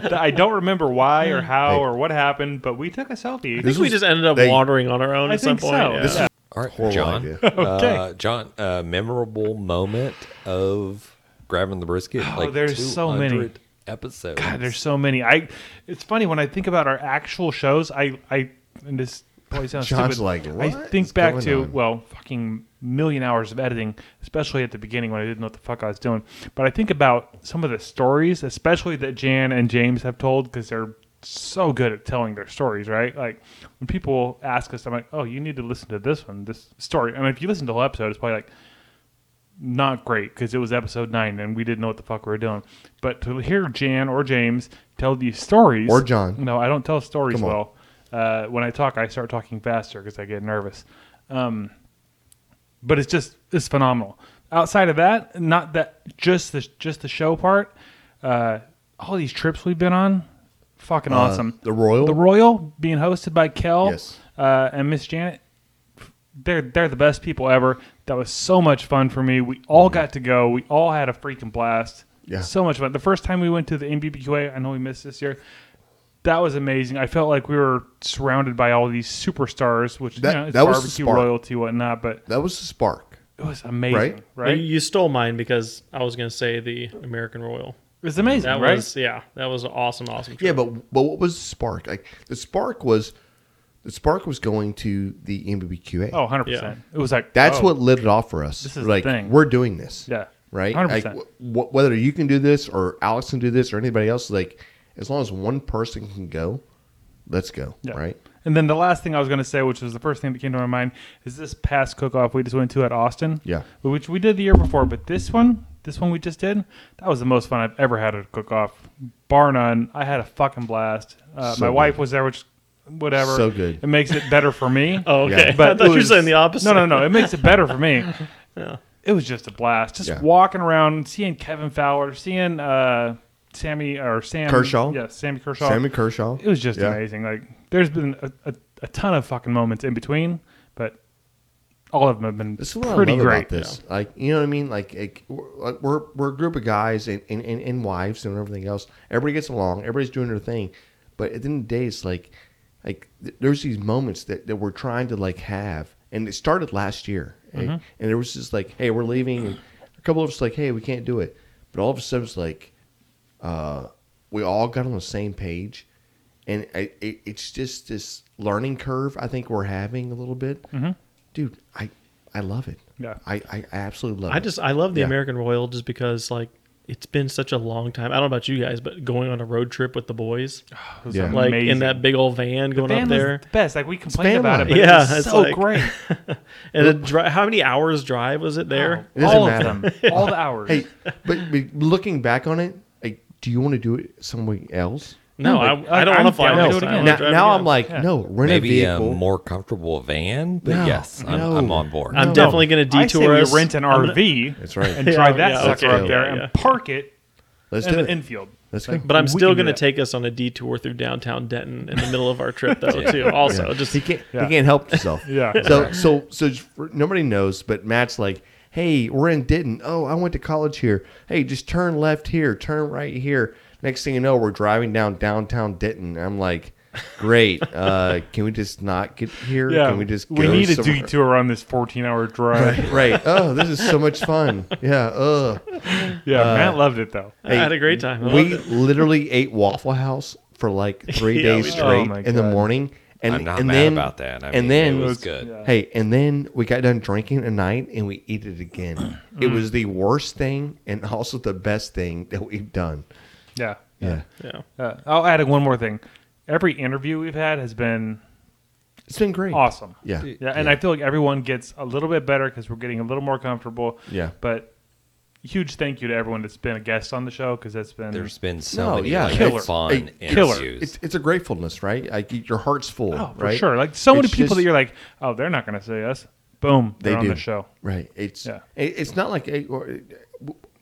S4: That I don't remember why or how
S1: Hey.
S4: or what happened, but we took a selfie.
S3: I think we just ended up
S1: they-
S3: wandering on our own
S4: I
S3: at some
S4: think
S3: point.
S4: so.
S3: yeah.
S4: This is-
S2: All right,
S1: Horrible
S2: John.
S1: idea.
S2: Uh, John, uh, memorable moment of grabbing the brisket.
S4: Oh,
S2: like
S4: there's so many.
S2: 200 episodes.
S4: God, there's so many. I it's funny when I think about our actual shows. I I and this probably sounds
S1: John's
S4: stupid.
S1: like,
S4: I
S1: "What
S4: think
S1: is
S4: back
S1: going
S4: to
S1: on?"
S4: well, fucking million hours of editing, especially at the beginning when I didn't know what the fuck I was doing. But I think about some of the stories, especially that Jan and James have told, because they're so good at telling their stories, right? Like when people ask us, I'm like, oh, you need to listen to this one, this story. I mean, if you listen to the whole episode, it's probably like not great because it was episode nine and we didn't know what the fuck we were doing. But to hear Jan or James tell these stories,
S1: Or John.
S4: no, I don't tell stories
S1: Come on.
S4: well. Uh, when I talk, I start talking faster because I get nervous. Um, but it's just it's phenomenal. Outside of that, not that just the just the show part. Uh, all these trips we've been on, fucking awesome.
S1: Uh, the Royal?
S4: the Royal being hosted by Kel
S1: Yes.
S4: uh, and Miss Janet they're they're the best people ever. That was so much fun for me. We all got to go. We all had a freaking blast.
S1: Mm-hmm. Yeah.
S4: So much fun. The first time we went to the NBBQA, I know we missed this year. That was amazing. I felt like we were surrounded by all these superstars, which
S1: That-
S4: you know, it's
S1: that was the
S4: barbecue
S1: spark.
S4: royalty, whatnot. But
S1: That was the spark.
S4: it was amazing, right?
S1: Right?
S3: You- You stole mine because I was going to say the American Royal.
S4: it was amazing,
S3: That
S4: right?
S3: was yeah, that was an awesome, awesome. Trip.
S1: Yeah, but but what was the spark? Like the spark was the spark was going to the MBBQA.
S4: oh, 100 percent. It was like
S1: that's
S4: oh,
S1: what lit it off for us.
S4: This is the
S1: like
S4: thing.
S1: we're doing this.
S4: Yeah.
S1: Right.
S4: 100%.
S1: Like, wh- whether you can do this or Alex can do this or anybody else, like as long as one person can go, let's go.
S4: Yeah.
S1: Right.
S4: And then the last thing I was going to say, which was the first thing that came to my mind, is this past cook-off we just went to at Austin.
S1: Yeah.
S4: Which we did the year before, but this one, this one we just did, that was the most fun I've ever had at a cook-off, bar none. I had a fucking blast. Uh,
S1: So
S4: my
S1: good.
S4: wife was there, which whatever.
S1: So good.
S4: It makes it better for me.
S3: Oh, okay.
S1: Yeah.
S3: But I thought
S4: it
S3: you were
S4: was-
S3: saying the
S4: No,
S3: opposite.
S4: no, no. It makes it better for me.
S3: Yeah.
S4: It was just a blast. Just
S1: Yeah.
S4: walking around, seeing Kevin Fowler, seeing uh, Sammy or Sam
S1: Kershaw.
S4: Yeah, Sammy Kershaw.
S1: Sammy Kershaw.
S4: It was just
S1: Yeah.
S4: amazing. Like there's been a, a, a ton of fucking moments in between, but all of them have been
S1: That's what I
S4: pretty
S1: love
S4: great.
S1: about this. Like, you know what I mean? Like, like, we're, like, we're we're a group of guys and, and, and, and wives and everything else. Everybody gets along. Everybody's doing their thing. But at the end of the day, it's like, like th- there's these moments that, that we're trying to like have, and it started last year.
S4: Mm-hmm.
S1: right? And there was just like, hey, we're leaving. And a couple of us like, hey, we can't do it. But all of a sudden, it's like, uh, we all got on the same page, and I, it, it's just this learning curve I think we're having a little bit. Dude, I I love it.
S4: Mm-hmm. Yeah.
S1: I I, I absolutely love it.
S3: I just I love the
S1: Yeah.
S3: American Royal just because like it's been such a long time. I don't know about you guys, but going on a road trip with the boys,
S4: It was
S1: Yeah.
S3: like in
S4: amazing.
S3: that big old van going
S4: van
S3: up
S4: was
S3: there,
S4: the best. Like we
S1: van
S4: complained about
S1: life.
S4: it, but
S3: Yeah,
S4: it was
S3: it's
S4: so
S3: like-
S4: great.
S3: and the dri- how many hours drive was it there?
S1: It doesn't
S4: all
S1: matter.
S4: of them, all the hours.
S1: Hey, but, but looking back on it, like, do you want to do it somewhere else?
S3: No,
S4: like,
S3: I, I don't
S4: I'm
S3: want to fly
S4: down to do it
S3: next
S4: again.
S3: time. I wanna
S1: now
S3: drive
S1: now
S3: again.
S1: I'm like, no, rent
S2: Maybe
S1: a
S2: a
S1: vehicle.
S2: more comfortable van, but
S1: No,
S2: yes, I'm,
S1: no.
S2: I'm on board.
S3: I'm
S1: No.
S3: definitely going to
S4: I say
S3: detour
S4: we
S3: us.
S4: rent an
S3: I'm gonna-
S4: RV
S1: That's right.
S4: and drive
S3: Yeah,
S4: that
S3: yeah,
S4: sucker
S1: okay.
S4: up there
S3: Yeah, yeah.
S4: and park it
S1: Let's
S4: in
S1: do
S4: the
S1: it.
S4: infield.
S1: Let's go.
S3: But I'm
S4: We
S3: still
S4: can do
S3: going to
S4: that.
S3: take us on a detour through downtown Denton in the middle of our trip, though. Too also just
S1: he can't
S4: Yeah.
S1: he can't help himself.
S4: Yeah.
S1: So so so just for- nobody knows, but Matt's like, hey, we're in Denton. Oh, I went to college here. Hey, just turn left here, turn right here. Next thing you know, we're driving down downtown Denton. I'm like, great. Uh, can we just not get here? Can we just
S4: we
S1: go
S4: need a
S1: somewhere?
S4: detour on this 14-hour drive.
S1: Right. Oh, this is so much fun. Yeah. Ugh.
S4: Yeah,
S1: Uh,
S4: Matt loved it though.
S3: I had a great time. I
S1: We
S3: loved it.
S1: literally ate Waffle House for like three
S3: Yeah, we
S1: days
S3: did.
S1: straight
S4: Oh my
S1: in the
S4: God.
S1: morning. And,
S2: I'm not
S1: and
S2: mad
S1: then,
S2: about that. I
S1: and
S2: mean,
S1: then
S2: it was good.
S1: Hey, and then we got done drinking at night and we eat it again. it was the worst thing and also the best thing that we've done.
S4: Yeah.
S1: Yeah.
S3: Yeah.
S4: Uh, I'll add one more thing. Every interview we've had has been
S1: It's been great.
S4: awesome.
S1: Yeah.
S4: Yeah, and I feel like everyone gets a little bit better because we're getting a little more comfortable.
S1: Yeah.
S4: But huge thank you to everyone that's been a guest on the show because that's been
S2: There's been so
S1: No,
S2: many
S1: yeah,
S2: like,
S1: killer.
S2: fun
S1: Hey, killer.
S2: interviews.
S1: It's, it's a gratefulness, right? Like your heart's full,
S4: oh for
S1: right?
S4: sure like so many
S1: It's
S4: people
S1: just-
S4: that you're like oh they're not going to say us. Boom,
S1: They
S4: they're on
S1: do.
S4: the show.
S1: Right. It's
S4: Yeah.
S1: it- it's not like a- or-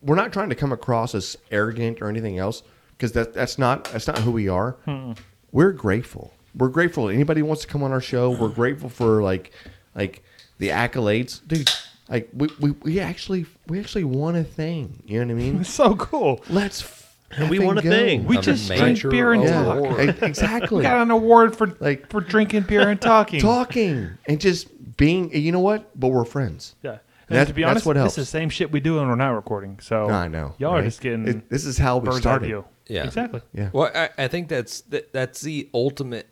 S1: we're not trying to come across as arrogant or anything else because that that's not that's not who we are. We're grateful. We're grateful. Anybody who wants to come on our show, we're grateful for like like the accolades, dude. Like we, we, we actually we actually won a thing. You know what I mean?
S4: It's so cool.
S1: Let's
S3: And we
S1: effing
S3: won a
S1: go.
S3: thing.
S4: We
S2: A
S4: just drink
S2: major
S4: beer and
S1: Yeah,
S4: talk.
S1: e- exactly.
S4: We got an award for
S1: Like-
S4: for drinking beer and talking.
S1: Talking and just being. You know what? But we're friends.
S4: Yeah. And
S1: That-
S4: to be
S1: that's
S4: honest,
S1: what
S4: this
S1: helps.
S4: is the same shit we do when we're not recording. So
S1: I know.
S4: y'all
S1: right?
S4: are just getting
S1: It- this is how we
S4: bird's eye
S1: started.
S4: view.
S2: Yeah.
S4: exactly.
S1: Yeah.
S2: Well, I, I think that's that, that's the ultimate.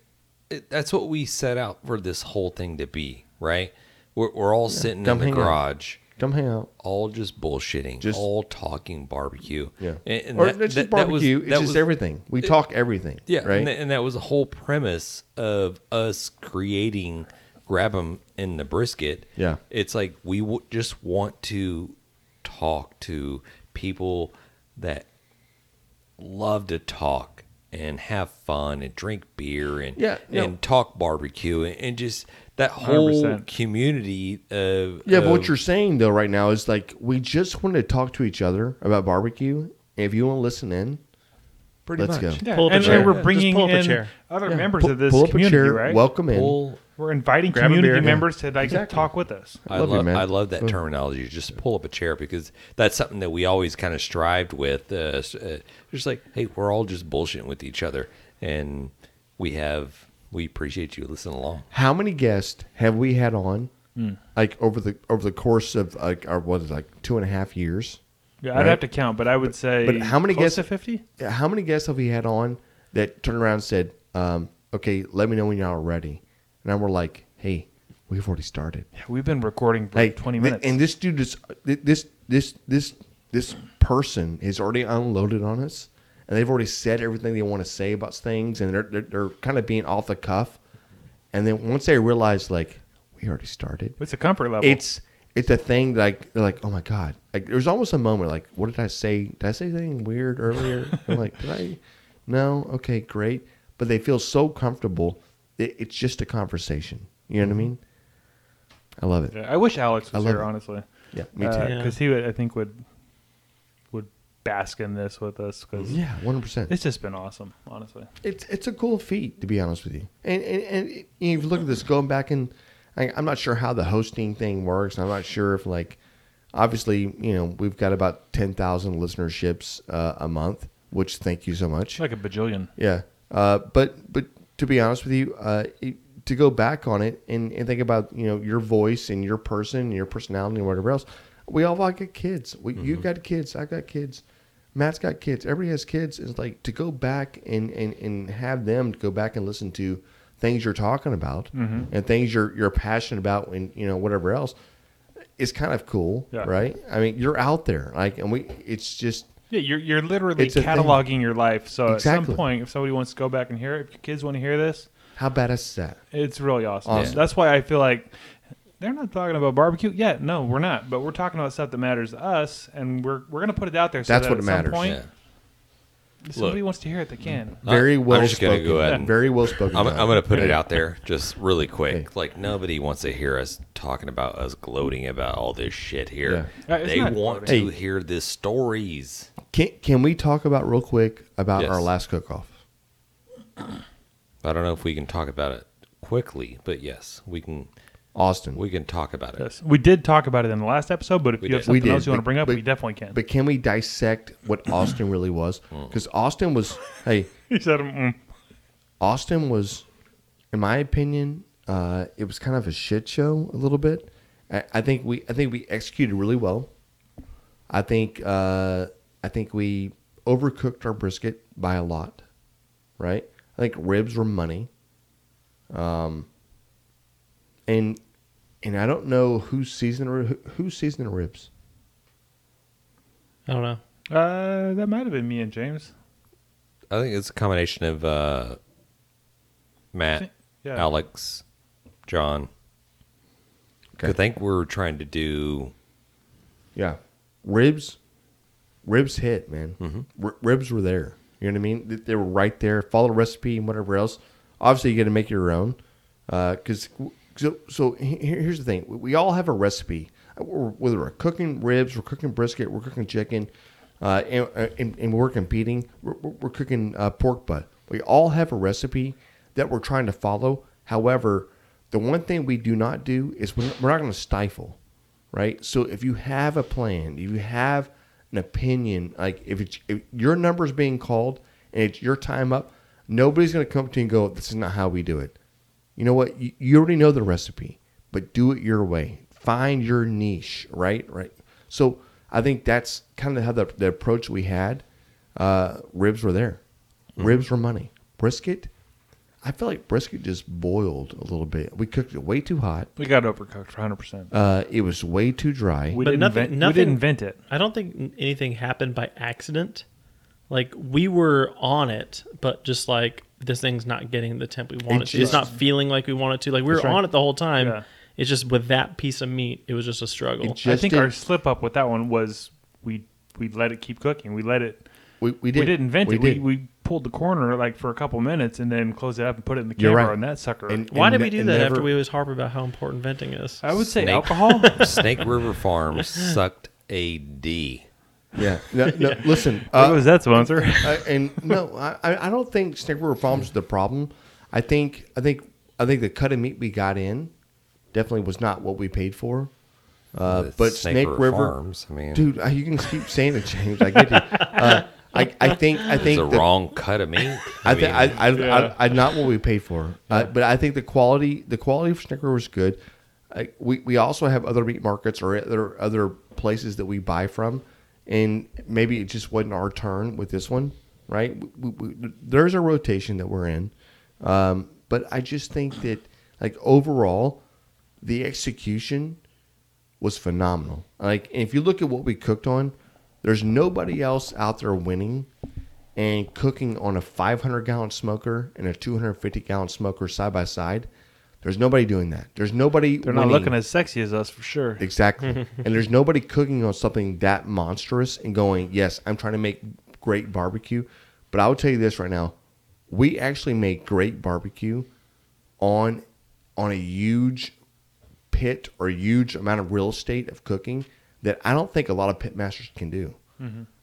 S2: It, that's what we set out for this whole thing to be, right? We're, we're all sitting in
S1: Come
S2: the
S1: hang out.
S2: garage,
S1: Come hang out.
S2: all just bullshitting,
S1: Just-
S2: all talking barbecue.
S1: Yeah.
S2: and, and
S1: or
S2: that,
S1: it's just
S2: that- that was-
S1: barbecue.
S2: that
S1: it's just
S2: was-
S1: everything. We talk everything.
S2: Yeah,
S1: Right.
S2: and, th- and that was the whole premise of us creating grab 'em in the brisket.
S1: Yeah.
S2: it's like we w- just want to talk to people that love to talk and have fun and drink beer and
S1: Yeah, no.
S2: and talk barbecue and, and just that whole
S4: 100%.
S2: community of
S1: yeah, but
S2: of-
S1: what you're saying though right now is like we just want to talk to each other about barbecue. If you want to listen in,
S2: pretty
S1: let's
S2: much
S1: go.
S4: Yeah,
S3: Pull up a
S4: and,
S3: chair.
S4: and
S3: Yeah.
S4: we're
S3: Just
S4: bringing
S3: pull up a
S4: in
S3: chair.
S4: other
S1: Yeah,
S4: members
S1: pu-
S4: of this
S1: pull up
S4: community,
S1: a chair,
S4: right?
S1: welcome in.
S2: Pull-
S4: We're inviting
S3: Grab a
S4: community
S3: beer.
S4: members to like
S1: Exactly.
S4: talk with us.
S2: I
S1: Love
S2: love,
S1: you, man.
S2: I love that terminology. Just pull up a chair because that's something that we always kind of strived with. Uh, s- uh, just like, hey, we're all just bullshitting with each other, and we have we appreciate you listening along.
S1: How many guests have we had on?
S4: Hmm.
S1: Like over the over the course of like our what is it, like two and a half years.
S4: Yeah,
S1: Right.
S4: I'd have to count, but I would say.
S1: but how many
S4: close
S1: guess-
S4: to fifty?
S1: Yeah, How many guests have we had on that turned around and said, um, "Okay, let me know when y'all are ready," and then we're like, "Hey, we've already started."
S4: We've been recording for
S1: Hey,
S4: twenty
S1: thi-
S4: minutes.
S1: and this dude is thi- this this this this person is already unloaded on us, and they've already said everything they want to say about things, and they're they're, they're kind of being off the cuff. And then once they realize, like, we already started,
S4: it's a comfort level.
S1: it's it's a thing that like they're like, oh my god, like there's almost a moment like, what did I say? Did I say anything weird earlier? I'm like, did I? No, okay, great. But they feel so comfortable. It, it's just a conversation. You know what I mean? I love it.
S4: Mm-hmm. Yeah, I wish Alex was
S1: love
S4: here,
S1: it.
S4: honestly.
S1: Yeah, me too.
S3: Yeah.
S4: Because he would, I think, would would bask in this with us. Because
S1: Yeah, one hundred percent.
S4: it's just been awesome, honestly.
S1: It's it's a cool feat to be honest with you. And and, and if you look at this going back in, I, I'm not sure how the hosting thing works. I'm not sure if like, obviously, you know, we've got about ten thousand listenerships uh, a month, which thank you so much.
S4: Like a bajillion.
S1: Yeah. Uh, but but to be honest with you, uh, it- to go back on it and, and think about you know your voice and your person, and your personality, and whatever else, we all got kids. We, You've got kids. I've got kids. Matt's got kids. Everybody has kids. It's like to go back and, and, and have them go back and listen to things you're talking about and things you're you're passionate about and you know whatever else is kind of cool,
S4: Yeah.
S1: right? I mean, you're out there, like, and we. It's just
S4: Yeah, you're, you're literally
S1: It's a thing.
S4: cataloging your life. So at
S1: Exactly.
S4: some point, if somebody wants to go back and hear it, if your kids want to hear this,
S1: how badass is that?
S4: It's really awesome.
S1: Awesome.
S4: That's why I feel like they're not talking about barbecue yet. No, we're not. But we're talking about stuff that matters to us, and we're we're gonna put it out there. So
S1: That's
S4: that
S1: what
S4: at
S1: it
S4: some
S1: matters.
S4: point,
S2: Yeah.
S4: if somebody wants to hear it, they can.
S1: Very
S2: I'm
S1: well
S2: just gonna
S1: spoken.
S2: go ahead and-
S1: Very well spoken.
S2: I'm,
S1: Tom.
S2: I'm going to put it out there just really quick. Like, nobody wants to hear us talking about us gloating about all this shit here.
S4: Yeah. Uh, it's
S2: They
S4: not
S2: want
S1: gloating.
S2: to hear the stories.
S1: Can can we talk about real quick about
S2: Yes.
S1: our last cook off?
S2: I don't know if we can talk about it quickly, but yes, we can.
S1: Austin.
S2: We can talk about it.
S4: Yes, we did talk about it in the last episode, but if
S2: We
S4: you have
S2: did. We
S4: something else
S1: did,
S4: you want to
S1: but-
S4: bring up,
S1: but-
S4: we definitely can.
S1: but can we dissect what Austin really was?
S2: Hmm.
S1: Because Austin was hey,
S4: he said, mm.
S1: Austin was, in my opinion, uh, it was kind of a shit show a little bit. I, I think we I think we executed really well. I think uh, I think we overcooked our brisket by a lot, right? I think ribs were money. Um, and and I don't know who seasoned ri- who, who seasoned the ribs.
S3: I don't know.
S4: uh, "That might have been me and James."
S2: I think it's a combination of uh, Matt,
S4: Yeah.
S2: Alex, John. 'Cause I think we're trying to do.
S1: Yeah, ribs, ribs hit man. R- ribs were there. You know what I mean? They- They were right there. Follow the recipe and whatever else. Obviously, you got to make your own. Because so, so he- here- here's the thing: we, we all have a recipe. We're- Whether we're cooking ribs, we're cooking brisket, we're cooking chicken, uh, and, uh, and, and we're competing. We're, we're we're cooking uh, pork butt. We all have a recipe that we're trying to follow. However, the one thing we do not do is we're not- we're not going to stifle right? So if you have a plan, if you have an opinion, like if, it's, if your number's being called and it's your time up, nobody's going to come to you and go, "This is not how we do it." You know what? You, you already know the recipe, but do it your way. Find your niche, right? Right. So I think that's kind of how the, the approach we had. Uh, ribs were there. Ribs were money. Brisket. I feel like brisket just boiled a little bit. We cooked it way too hot.
S4: We got overcooked for 100. percent
S1: Uh, it was way too dry.
S4: We
S3: But
S4: didn't
S3: nothing-
S4: invent. We
S3: nothing-
S4: didn't invent it.
S3: I don't think n- anything happened by accident. Like we were on it, but just like this thing's not getting the temp we want it, to. It's
S1: just-
S3: not feeling like we want it to. Like we were
S4: right.
S3: on it the whole time.
S4: Yeah.
S3: It's just with that piece of meat, it was just a struggle.
S1: It ju-
S4: I
S1: Just
S4: think
S1: did-
S4: our slip up with that one was we we let it keep cooking. We let it.
S1: We, we did.
S4: We didn't invent
S1: we
S4: it.
S1: did.
S4: We, we pulled the corner like for a couple minutes and then closed it up and put it in the
S1: You're
S4: camera
S1: right.
S4: and that sucker.
S1: And-
S3: Why did
S1: ne-
S3: we do
S1: and
S3: that
S1: never-
S3: after we always harp about how important venting is?
S4: I would say
S2: Snake.
S4: alcohol.
S2: Snake River Farms sucked a D.
S1: Yeah. No, no, Listen.
S4: What
S1: Uh,
S4: was that sponsor?
S1: I, and no, I, I I don't think snake river farms is the problem. I think I think I think the cut of meat we got in definitely was not what we paid for. Uh,
S2: It's
S1: but Snake River,
S2: Farms. I mean,
S1: dude, I- you can keep saying it, James. I get you. Uh, I, I think I
S2: it's
S1: think
S2: the
S1: the-
S2: wrong cut of meat.
S1: I think
S2: mean,
S1: I, I, I, I not what we paid for, uh, but I think the quality the quality of Snicker was good. I, we we also have other meat markets or other other places that we buy from, and maybe it just wasn't our turn with this one, right? We, we, we- there's a rotation that we're in, um, but I just think that like overall, the execution was phenomenal. Like if you look at what we cooked on, there's nobody else out there winning and cooking on a 500 gallon smoker and a 250 gallon smoker side by side. There's nobody doing that. There's nobody.
S4: They're not
S1: winning.
S4: looking as sexy as us for sure.
S1: exactly. and there's nobody cooking on something that monstrous and going, "Yes, I'm trying to make great barbecue." But I will tell you this right now, we actually make great barbecue on on a huge pit or huge amount of real estate of cooking that I don't think a lot of pit masters can do.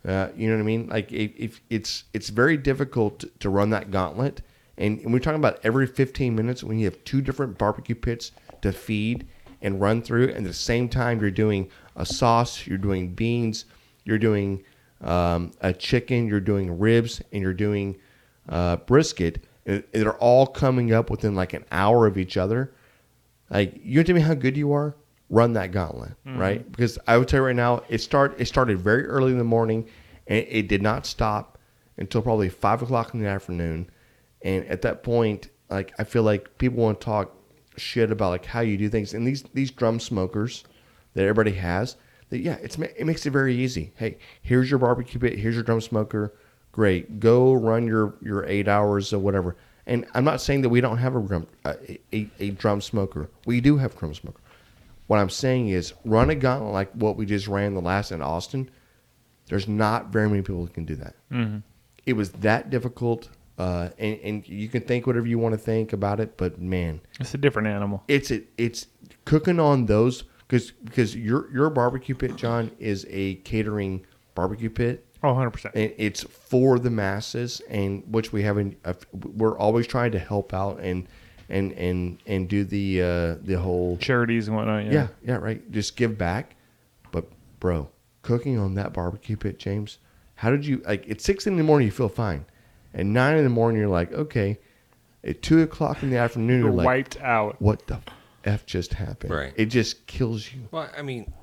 S1: Uh, you know what I mean? Like if, if it's it's very difficult to, to run that gauntlet, and, and we're talking about every 15 minutes when you have two different barbecue pits to feed and run through. And at the same time, you're doing a sauce, you're doing beans, you're doing um, a chicken, you're doing ribs, and you're doing uh, brisket. And They're all coming up within like an hour of each other. Like you tell me how good you are, run that gauntlet, right? Because I would tell you right now, it start it started very early in the morning, and it did not stop until probably five o'clock in the afternoon. And at that point, like I feel like people want to talk shit about like how you do things, and these these drum smokers that everybody has, that yeah, it's ma- it makes it very easy. Hey, here's your barbecue pit, here's your drum smoker. Great, go run your your eight hours or whatever. And I'm not saying that we don't have a drum a, a, a drum smoker. We do have drum smoker. What I'm saying is run a gauntlet like what we just ran the last in Austin. There's not very many people that can do that. It was that difficult, uh, and, and you can think whatever you want to think about it, but man,
S4: It's a different animal.
S1: it's it, it's cooking on those because because your your barbecue pit, John, is a catering barbecue pit.
S4: Oh, 100%.
S1: And it's for the masses, and which we haven't. uh, We're always trying to help out and and and and do the uh, the whole
S4: Charities and whatnot. Yeah.
S1: yeah, yeah, right. Just give back. But bro, cooking on that barbecue pit, James. How did you like? At six in the morning, you feel fine. At nine in the morning, you're like, okay. At two o'clock in the afternoon, you're,
S4: You're
S1: like,
S4: wiped out.
S1: What the f just happened?
S2: Right.
S1: It just kills you.
S2: Well, I mean,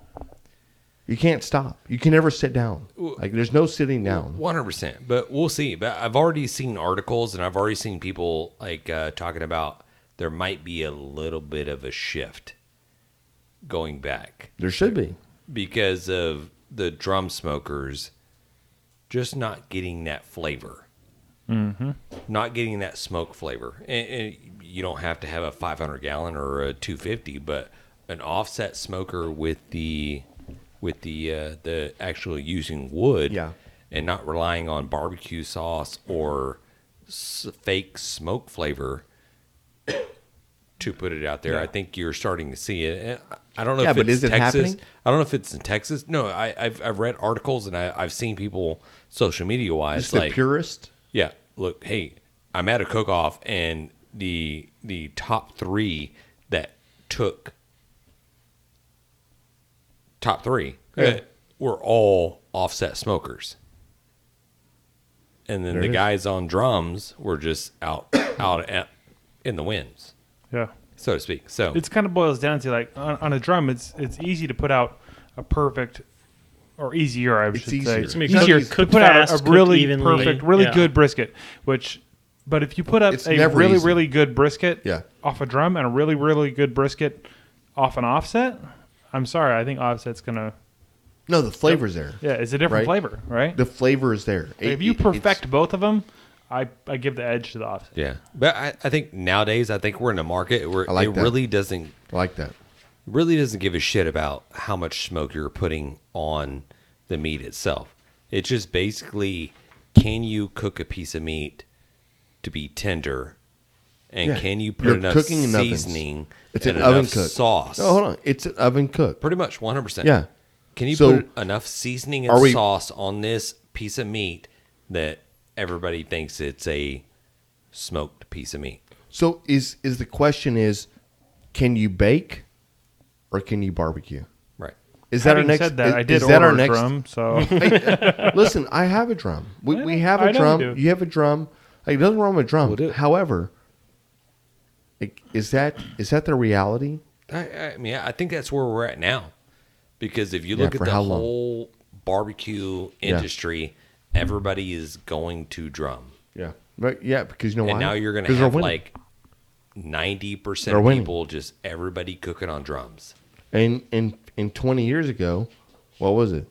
S1: You can't stop. You can never sit down. Like there's no sitting down.
S2: One hundred percent, but we'll see. But I've already seen articles, and I've already seen people like uh, talking about there might be a little bit of a shift going back
S1: There should be.
S2: because of the drum smokers just not getting that flavor, mm-hmm. not getting that smoke flavor. And, and you don't have to have a five hundred gallon or a two fifty, but an offset smoker with the with the uh, the actual using wood
S1: Yeah.
S2: and not relying on barbecue sauce or s- fake smoke flavor to put it out there. I think you're starting to see it. And I- I don't know
S1: Yeah,
S2: if
S1: but
S2: it's
S1: is it
S2: Texas.
S1: happening?
S2: I don't know if it's in Texas. No, I, I've I've read articles and I, I've seen people social media wise
S1: It's
S2: like
S1: the purist.
S2: yeah, look, hey, I'm at a cook off and the the top three that took top three uh, were all offset smokers. And then the guys on drums were just out out at, in the winds,
S4: Yeah.
S2: so to speak. So
S4: It's kind of boils down to like on, on a drum, it's it's easy to put out a perfect or easier, I
S1: It's
S4: should
S1: easier.
S4: say.
S1: It's
S3: gonna be
S4: easier
S3: cooked-
S4: to
S3: cooked
S4: put out
S3: fast,
S4: a- a, really
S3: cooked evenly.
S4: perfect, really
S3: Yeah.
S4: good brisket. Which, but if you put up
S1: It's
S4: a
S1: never
S4: really
S1: easy.
S4: really good brisket
S1: Yeah.
S4: off a drum and a really really good brisket off an offset, I'm sorry, I think offset's gonna
S1: No, the flavor's there.
S4: yeah, it's a different
S1: Right.
S4: flavor, right?
S1: The flavor is there. It-
S4: if you
S1: it- it's-
S4: perfect both of them, I I give the edge to the offset.
S2: yeah, but I, I think nowadays I think we're in a market where
S1: I like
S2: it
S1: that.
S2: really doesn't
S1: I like that.
S2: really doesn't give a shit about how much smoke you're putting on the meat itself. It's just basically can you cook a piece of meat to be tender, and
S1: Yeah.
S2: can you put
S1: You're
S2: enough
S1: cooking in ovens.
S2: seasoning
S1: It's
S2: and
S1: an oven
S2: enough
S1: cook.
S2: sauce?
S1: No, hold on. It's an oven cook.
S2: Pretty much 100. percent
S1: Yeah.
S2: Can you
S1: So,
S2: put enough seasoning
S1: are
S2: and
S1: we-
S2: sauce on this piece of meat that everybody thinks it's a smoked piece of meat?
S1: So is is the question is, can you bake, or can you barbecue?
S2: Right.
S1: Is that
S4: Having
S1: our next?
S4: said that, I did
S1: is that
S4: order
S1: our next?
S4: a drum, so
S1: Listen, I have a drum. We, we have
S4: I
S1: a
S4: know you
S1: drum.
S4: do.
S1: You have a drum. Like nothing wrong with a drum. However, like, is that is that the reality?
S2: I, I mean, I think that's where we're at now, because if you
S1: Yeah,
S2: look
S1: for
S2: at the
S1: how long?
S2: whole barbecue
S1: Yeah.
S2: industry, everybody is going to drum,
S1: Yeah. Right. Yeah. Because you know
S2: and
S1: why?
S2: now you're going to
S1: 'Cause they're
S2: have
S1: winning.
S2: like ninety percent
S1: They're
S2: of
S1: winning.
S2: people just everybody cooking on drums.
S1: and and and twenty years ago, what was it?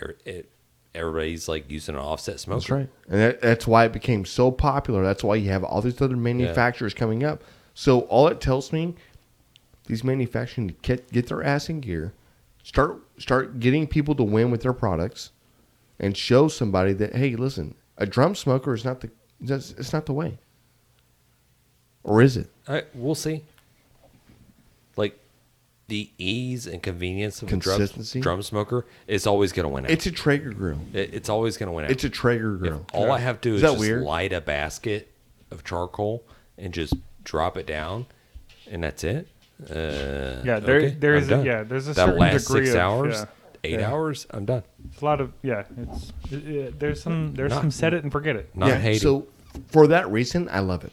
S2: Er- it- everybody's like using an offset smoker.
S1: That's right. And that, that's why it became so popular. That's why you have all these other manufacturers coming up. So all it tells me, these manufacturers need to get, get their ass in gear, start start getting people to win with their products, and show somebody that hey, listen, a drum smoker is not the that's, it's not the way. Or is it?
S2: All right, we'll see. Like the ease and convenience of
S1: Consistency?
S2: a drum, drum smoker is always going to win out.
S1: It's a Traeger grill.
S2: It- it's always going to win out.
S1: It's a Traeger
S2: If
S1: grill.
S2: all I have to do is,
S1: that
S2: just
S1: weird?
S2: light a basket of charcoal and just drop it down, and that's it. Uh,
S4: Yeah, there-
S2: okay,
S4: there
S2: I'm
S4: is a-
S2: done.
S4: yeah, there's a
S2: that
S4: certain
S2: last
S4: degree
S2: six
S4: of-
S2: hours,
S4: yeah,
S2: eight
S4: yeah.
S2: hours. I'm done.
S4: It's a lot of yeah. It's uh, uh, there's some there's
S2: Not-
S4: some set it and forget it.
S2: Not hating.
S1: So for that reason, I love it.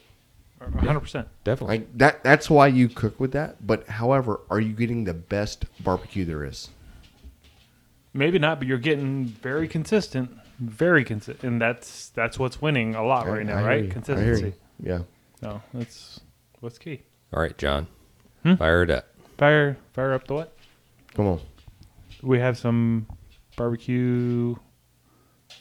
S4: 100. percent
S2: Definitely.
S1: Like that. That's why you cook with that. But however, are you getting the best barbecue there is?
S4: Maybe not, but you're getting very consistent, very consistent, and that's that's what's winning a lot right now,
S1: I hear
S4: right?
S1: you. I hear
S4: Consistency.
S1: you. Yeah.
S4: No, that's what's key.
S2: All right, John,
S4: Hmm?
S2: fire it up.
S4: Fire fire up the what?
S1: Come on.
S4: We have some barbecue.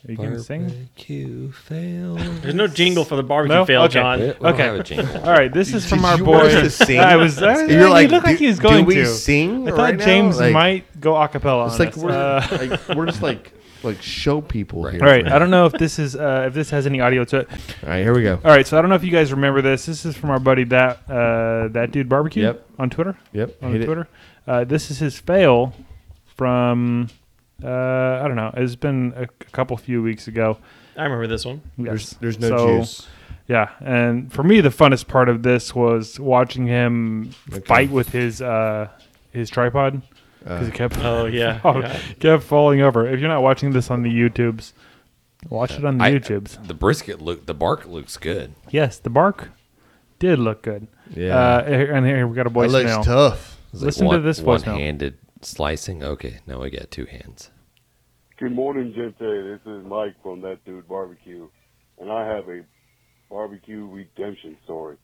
S4: Are you gonna sing?
S2: Barbecue fail.
S3: There's no jingle for the barbecue
S4: No?
S3: fail,
S4: Okay.
S3: John.
S2: We don't
S4: Okay.
S2: have a jingle.
S4: All right, this is from
S1: Did
S4: our
S1: you want
S4: boy.
S1: us to sing?
S4: I was. I,
S1: You're
S4: You're like,
S1: like,
S4: he looked like
S1: do-
S4: he was
S1: do
S4: going
S1: we
S4: to
S1: sing
S4: I thought
S1: right now?
S4: James
S1: Like-
S4: might go acapella.
S1: It's
S4: on
S1: like
S4: us.
S1: we're
S4: Uh,
S1: like, we're just like like show people here.
S4: All right, I don't know if this is uh, if this has any audio to it.
S1: All right, here we go.
S4: All right, so I don't know if you guys remember this. This is from our buddy that uh, that dude barbecue
S1: Yep.
S4: on Twitter.
S1: Yep.
S4: on
S1: hit it.
S4: Twitter. Uh, this is his fail from uh, I don't know. It's been a, a couple few weeks ago.
S3: I remember this one.
S1: There's
S4: Yes.
S1: there's no
S4: So,
S1: juice.
S4: Yeah, and for me the funnest part of this was watching him fight with his uh, his tripod
S1: Uh.
S4: because it kept
S3: Oh yeah.
S4: oh,
S3: yeah.
S4: kept falling over. If you're not watching this on the YouTubes, watch it on the
S2: I-
S4: YouTubes.
S2: The brisket look, the bark looks good.
S4: Yes, the bark did look good.
S1: Yeah.
S4: Uh, and here we got a
S1: It looks
S4: voicemail.
S1: tough.
S2: It's
S4: Listen to this voicemail.
S2: One-handed slicing. Okay, now we got two hands.
S11: Good morning, Gente. This is Mike from That Dude Barbecue, and I have a barbecue redemption story.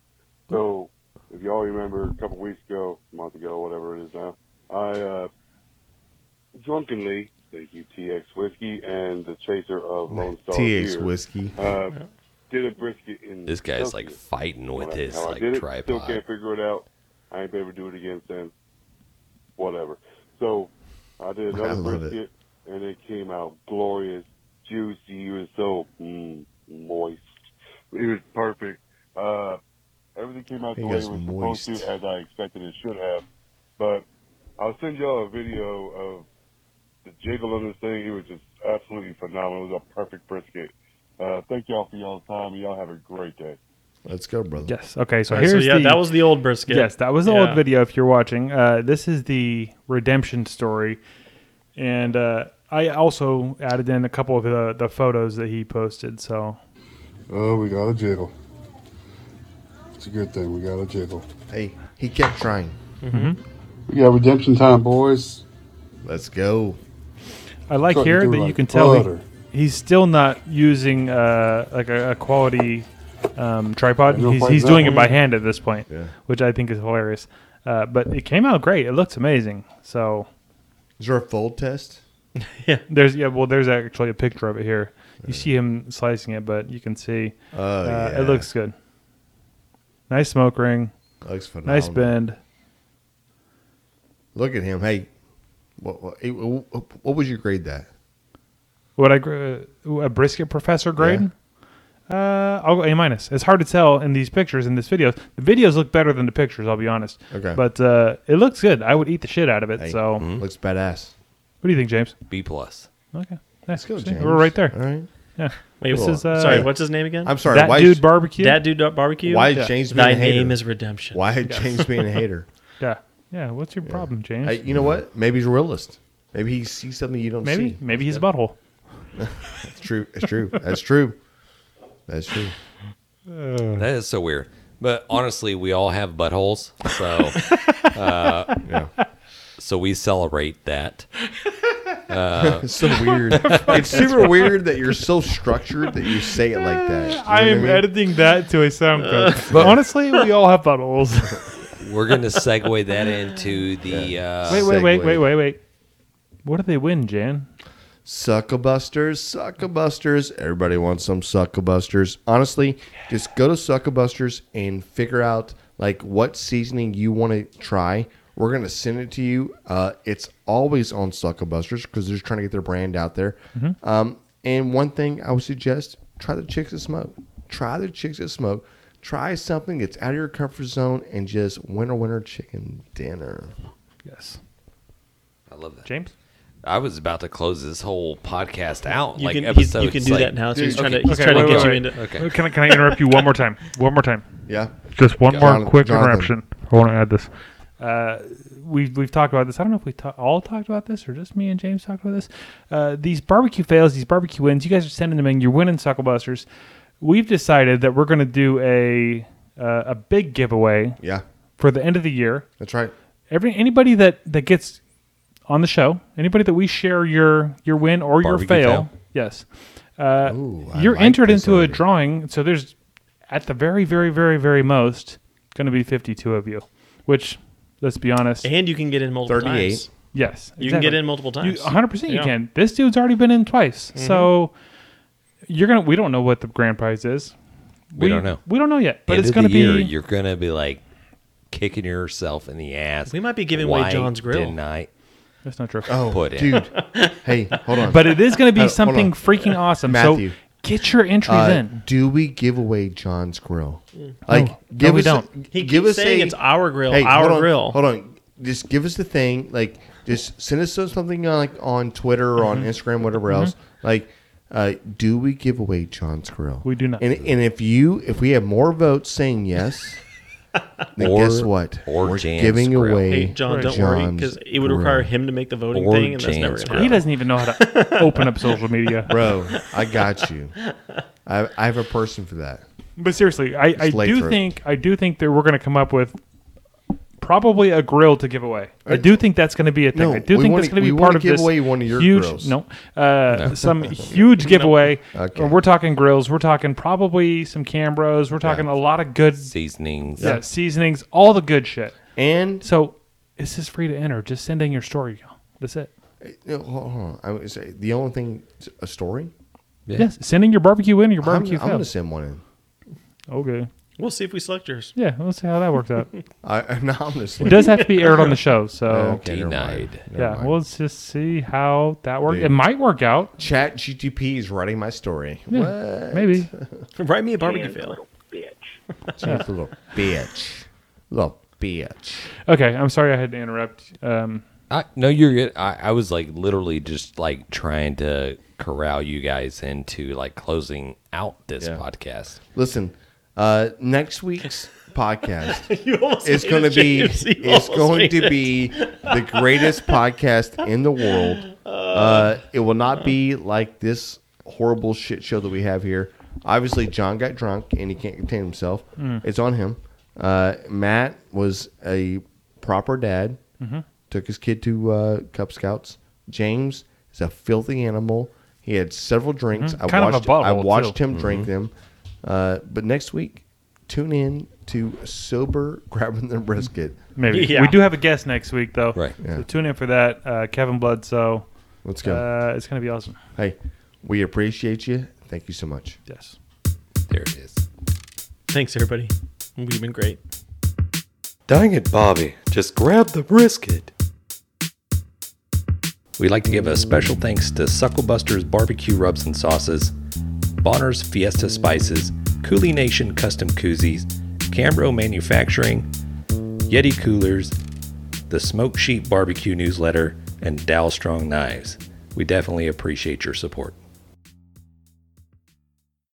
S11: So, if y'all remember, a couple weeks ago, a month ago, whatever it is now, I uh, drunkenly, thank you, TX Whiskey and the Chaser of Lone Star
S1: TX
S11: Beer,
S1: whiskey.
S11: uh, did a brisket in
S2: This guy's like
S11: Celsius.
S2: fighting with
S11: Well,
S2: his
S11: how I
S2: like
S11: did it, Still
S2: tripod.
S11: can't figure it out. I ain't been able to do it again since. Whatever. So I did
S1: I
S11: another
S1: love it.
S11: brisket, and it came out glorious, juicy. It was so mm, moist. It was perfect. Uh, everything came out the
S1: He
S11: way it was
S1: goes
S11: supposed
S1: moist.
S11: to, as I expected it should have. But I'll send y'all a video of the jiggle on this thing. It was just absolutely phenomenal. It was a perfect brisket. Uh, thank y'all for y'all's time. Y'all have a great day.
S1: Let's go, brother.
S4: Yes. Okay. So
S3: All right,
S4: here's
S3: so yeah,
S4: the,
S3: that was the old brisket.
S4: yes, that was the
S3: Yeah.
S4: old video. If you're watching, uh, this is the redemption story, and uh, I also added in a couple of the, the photos that he posted. So
S11: Oh, we got a jiggle. It's a good thing we got a jiggle.
S1: Hey, he kept trying.
S11: We got redemption time, boys.
S1: Let's go.
S4: I like
S11: Cutting
S4: here
S11: through
S4: that you
S11: like
S4: can tell he,
S11: butter.
S4: he's still not using uh, like a, a quality um, tripod.
S11: You'll
S4: He's,
S11: find
S4: he's
S11: that
S4: doing it
S11: one.
S4: by hand at this point,
S1: Yeah.
S4: which I think is hilarious. Uh, but it came out great. It looks amazing. So
S1: Is there a fold test?
S4: there's yeah, well, there's actually a picture of it here. You see him slicing it, but you can see
S1: Oh,
S4: uh,
S1: yeah.
S4: it looks good. Nice smoke ring.
S1: looks phenomenal.
S4: Nice bend.
S1: Look at him. Hey, what what, hey, what what would you grade that?
S4: What I gr- uh, a brisket professor grade? Uh, I'll go A minus. It's hard to tell in these pictures in this video. The videos look better than the pictures. I'll be honest.
S1: Okay.
S4: But uh, it looks good. I would eat the shit out of it.
S1: Hey, Mm-hmm.
S4: So, what
S1: looks badass.
S4: do you think, James?
S2: B plus.
S4: Okay. Nice.
S1: Let's go,
S4: See,
S1: James.
S4: We're right there.
S1: All right.
S4: Yeah.
S3: Wait,
S4: This
S3: whoa.
S4: is, uh,
S3: sorry. What's his name again?
S1: I'm sorry.
S4: that
S1: why
S4: dude
S1: is,
S4: barbecue.
S3: that dude Dot barbecue.
S1: Why
S4: Yeah.
S1: is James being
S3: Thy
S1: a hater?
S3: name is redemption.
S1: why is James being a hater?
S4: Yeah. Yeah. What's your problem, James?
S1: Hey, you know what? Maybe he's a realist. Maybe he sees something you don't
S4: maybe.
S1: see.
S4: Maybe he's a butthole.
S1: It's true. It's true. That's true. That's true.
S2: That is so weird. But honestly, we all have buttholes, so
S1: Yeah.
S2: so we celebrate that.
S1: It's so weird. it's super weird that you're so structured that you say it like that. You know
S4: I
S1: what
S4: am
S1: mean?
S4: editing that to a sound clip. but honestly, we all have buttholes.
S2: We're gonna segue that into the uh,
S4: wait, wait, wait,
S1: segue.
S4: wait, wait, wait. What do they win, Jan?
S1: Suckabusters, Suckabusters. Everybody wants some Suckabusters. Honestly, just go to Suckabusters and figure out like what seasoning you want to try. We're gonna send it to you. Uh, it's always on Suckabusters because they're just trying to get their brand out there. Um, and one thing I would suggest: try the chicks that smoke. Try the chicks that smoke. Try something that's out of your comfort zone and just winter, winter chicken dinner.
S4: Yes.
S2: I love that.
S4: James?
S2: I was about to close this whole podcast out.
S3: You
S2: like
S3: can he's,
S2: episode.
S3: you can do that now. So he's trying to he's
S4: okay,
S3: trying
S4: wait,
S3: to get
S4: wait,
S3: you
S4: wait.
S3: into.
S2: Okay.
S4: Can I, can I interrupt you one more time? One more time.
S1: Yeah.
S4: Just one more
S1: Jonathan-
S4: quick
S1: Jonathan.
S4: interruption. I want to add this. Uh, we've we've talked about this. I don't know if we ta- all talked about this or just me and James talked about this. Uh, these barbecue fails, these barbecue wins. You guys are sending them in. You're winning suckle busters. We've decided that we're going to do a uh, a big giveaway.
S1: Yeah.
S4: For the end of the year.
S1: That's right.
S4: Every anybody that that gets on the show, anybody that we share your your win or your
S5: Barbecue
S4: fail,
S5: fail.
S4: yes, uh,
S5: I
S4: you're
S5: like
S4: entered
S5: this
S4: into a drawing. So there's at the very, very, very, very most going to be 52 of you, which let's be honest,
S3: And you can get in multiple
S4: 38.
S3: times.
S4: Yes,
S3: You can get
S4: exactly.
S3: in multiple
S4: You-
S3: times.
S4: 100% you
S3: Yeah. Mm-hmm.
S4: can. This dude's already been in twice, so you're gonna. We don't know what the grand prize is.
S2: We don't know.
S4: We don't know yet, but
S2: End
S4: it's
S2: of
S4: gonna
S2: the year,
S4: be
S2: you're gonna be like kicking yourself in the ass.
S3: We might be giving away
S2: Why
S3: John's grill.
S2: Didn't I
S4: That's not true.
S1: Oh,
S2: put in?
S1: dude. hey, hold on.
S4: But it is going to
S1: Uh,
S4: be
S1: hold
S4: something
S1: on.
S4: freaking awesome.
S1: Matthew.
S4: So get your entries
S1: Uh,
S4: in.
S1: Do we give away John's grill?
S3: Mm.
S1: Like,
S4: No. No,
S1: give
S4: we
S1: us
S4: don't.
S3: He
S1: give
S3: keeps
S1: us
S3: saying
S1: a-
S3: it's our grill,
S1: Hey,
S3: our
S1: hold on,
S3: grill.
S1: Hold on, just give us the thing. Like, just send us something on, like on Twitter or
S4: Mm-hmm.
S1: on Instagram, whatever else. Like, uh, do we give away John's grill?
S4: We do not.
S1: And, and if you, if we have more votes saying yes, then
S2: Or-
S1: guess what?
S2: or
S1: We're
S2: Jan's
S1: giving
S2: grill.
S1: away.
S3: Hey, John, don't worry, because
S1: John's
S3: it would
S1: grill.
S3: require him to make the voting
S2: Or
S3: thing, and that's
S2: Jane's
S3: never going to
S2: grill.
S3: happen.
S4: He doesn't even know how to open up social media.
S1: bro. I got you. I, I have a person for that.
S4: But seriously, I, I
S1: Slate
S4: do
S1: throat.
S4: think I do think that we're going to come up with probably a grill to give away. I do think that's going to be a thing.
S1: No,
S4: I do
S1: we
S4: think
S1: wanna-
S4: that's going to
S1: we
S4: be
S1: wanna
S4: part of
S1: give
S4: this
S1: away one of your
S4: huge,
S1: grills.
S4: No, uh, some huge giveaway.
S1: Okay.
S4: Uh, We're talking grills. We're talking probably some Cambros. We're talking a lot of good
S2: Seasonings.
S4: yeah, seasonings, all the good shit.
S1: And
S4: So this is free to enter. Just send in your story. y'all. That's it.
S1: No, hold hold on. I would say the only thing, a story.
S2: Yeah.
S4: Yes, send in your barbecue in or your
S1: I'm, I'm
S4: barbecue.
S1: going
S4: fail.
S1: to send one in.
S4: okay.
S3: We'll see if we select yours.
S4: Yeah, let's see how that works out.
S1: I, anonymously.
S4: It does have to be aired on the show, so
S1: Okay, never mind.
S2: Denied.
S1: Never
S4: yeah,
S1: mind.
S4: well, let's just see how that works.
S1: Dude.
S4: It might work out.
S1: Chat GTP is writing my story.
S4: Yeah,
S1: What?
S4: Maybe.
S3: Write me a barbecue
S10: Jan's
S3: fail.
S10: little bitch.
S1: Change the little bitch. Little bitch.
S4: Okay, I'm sorry I had to interrupt. Um,
S2: I, no, you're good. I, I was like literally just like trying to corral you guys into like closing out this
S1: Yeah.
S2: podcast.
S1: Listen, uh, next week's podcast
S3: You almost
S1: is
S3: made
S1: going to
S3: it,
S1: be
S3: James. You
S1: it's
S3: almost
S1: going
S3: made
S1: to
S3: it.
S1: be the greatest podcast in the world. Uh, it will not be like this horrible shit show that we have here. Obviously, John got drunk and he can't contain himself.
S3: Mm.
S1: It's on him. Uh, Matt was a proper dad.
S3: Mm-hmm.
S1: Took his kid to uh, Cub Scouts. James is a filthy animal. He had several drinks.
S3: Mm-hmm.
S1: I
S4: Kind of a
S1: watched. I
S4: butthole,
S1: watched
S4: too.
S1: him drink them. Uh, but next week, tune in to sober grabbing the brisket.
S4: maybe
S3: Yeah.
S4: we do have a guest next week, though.
S2: Right.
S1: Yeah.
S4: So tune in for that, uh, Kevin Blood. So
S1: Let's go.
S4: uh, it's gonna be awesome.
S1: hey, we appreciate you. Thank you so much.
S4: Yes.
S2: There it is.
S3: Thanks, everybody. We've been great.
S9: Dang it, Bobby. Just grab the brisket.
S2: We'd like to give a special thanks to Sucklebuster's Barbecue Rubs and Sauces, Bonner's Fiesta Spices, Cooley Nation Custom Koozies, Cambro Manufacturing, Yeti Coolers, the Smoke Sheep Barbecue Newsletter, and Dow Strong Knives. We definitely appreciate your support.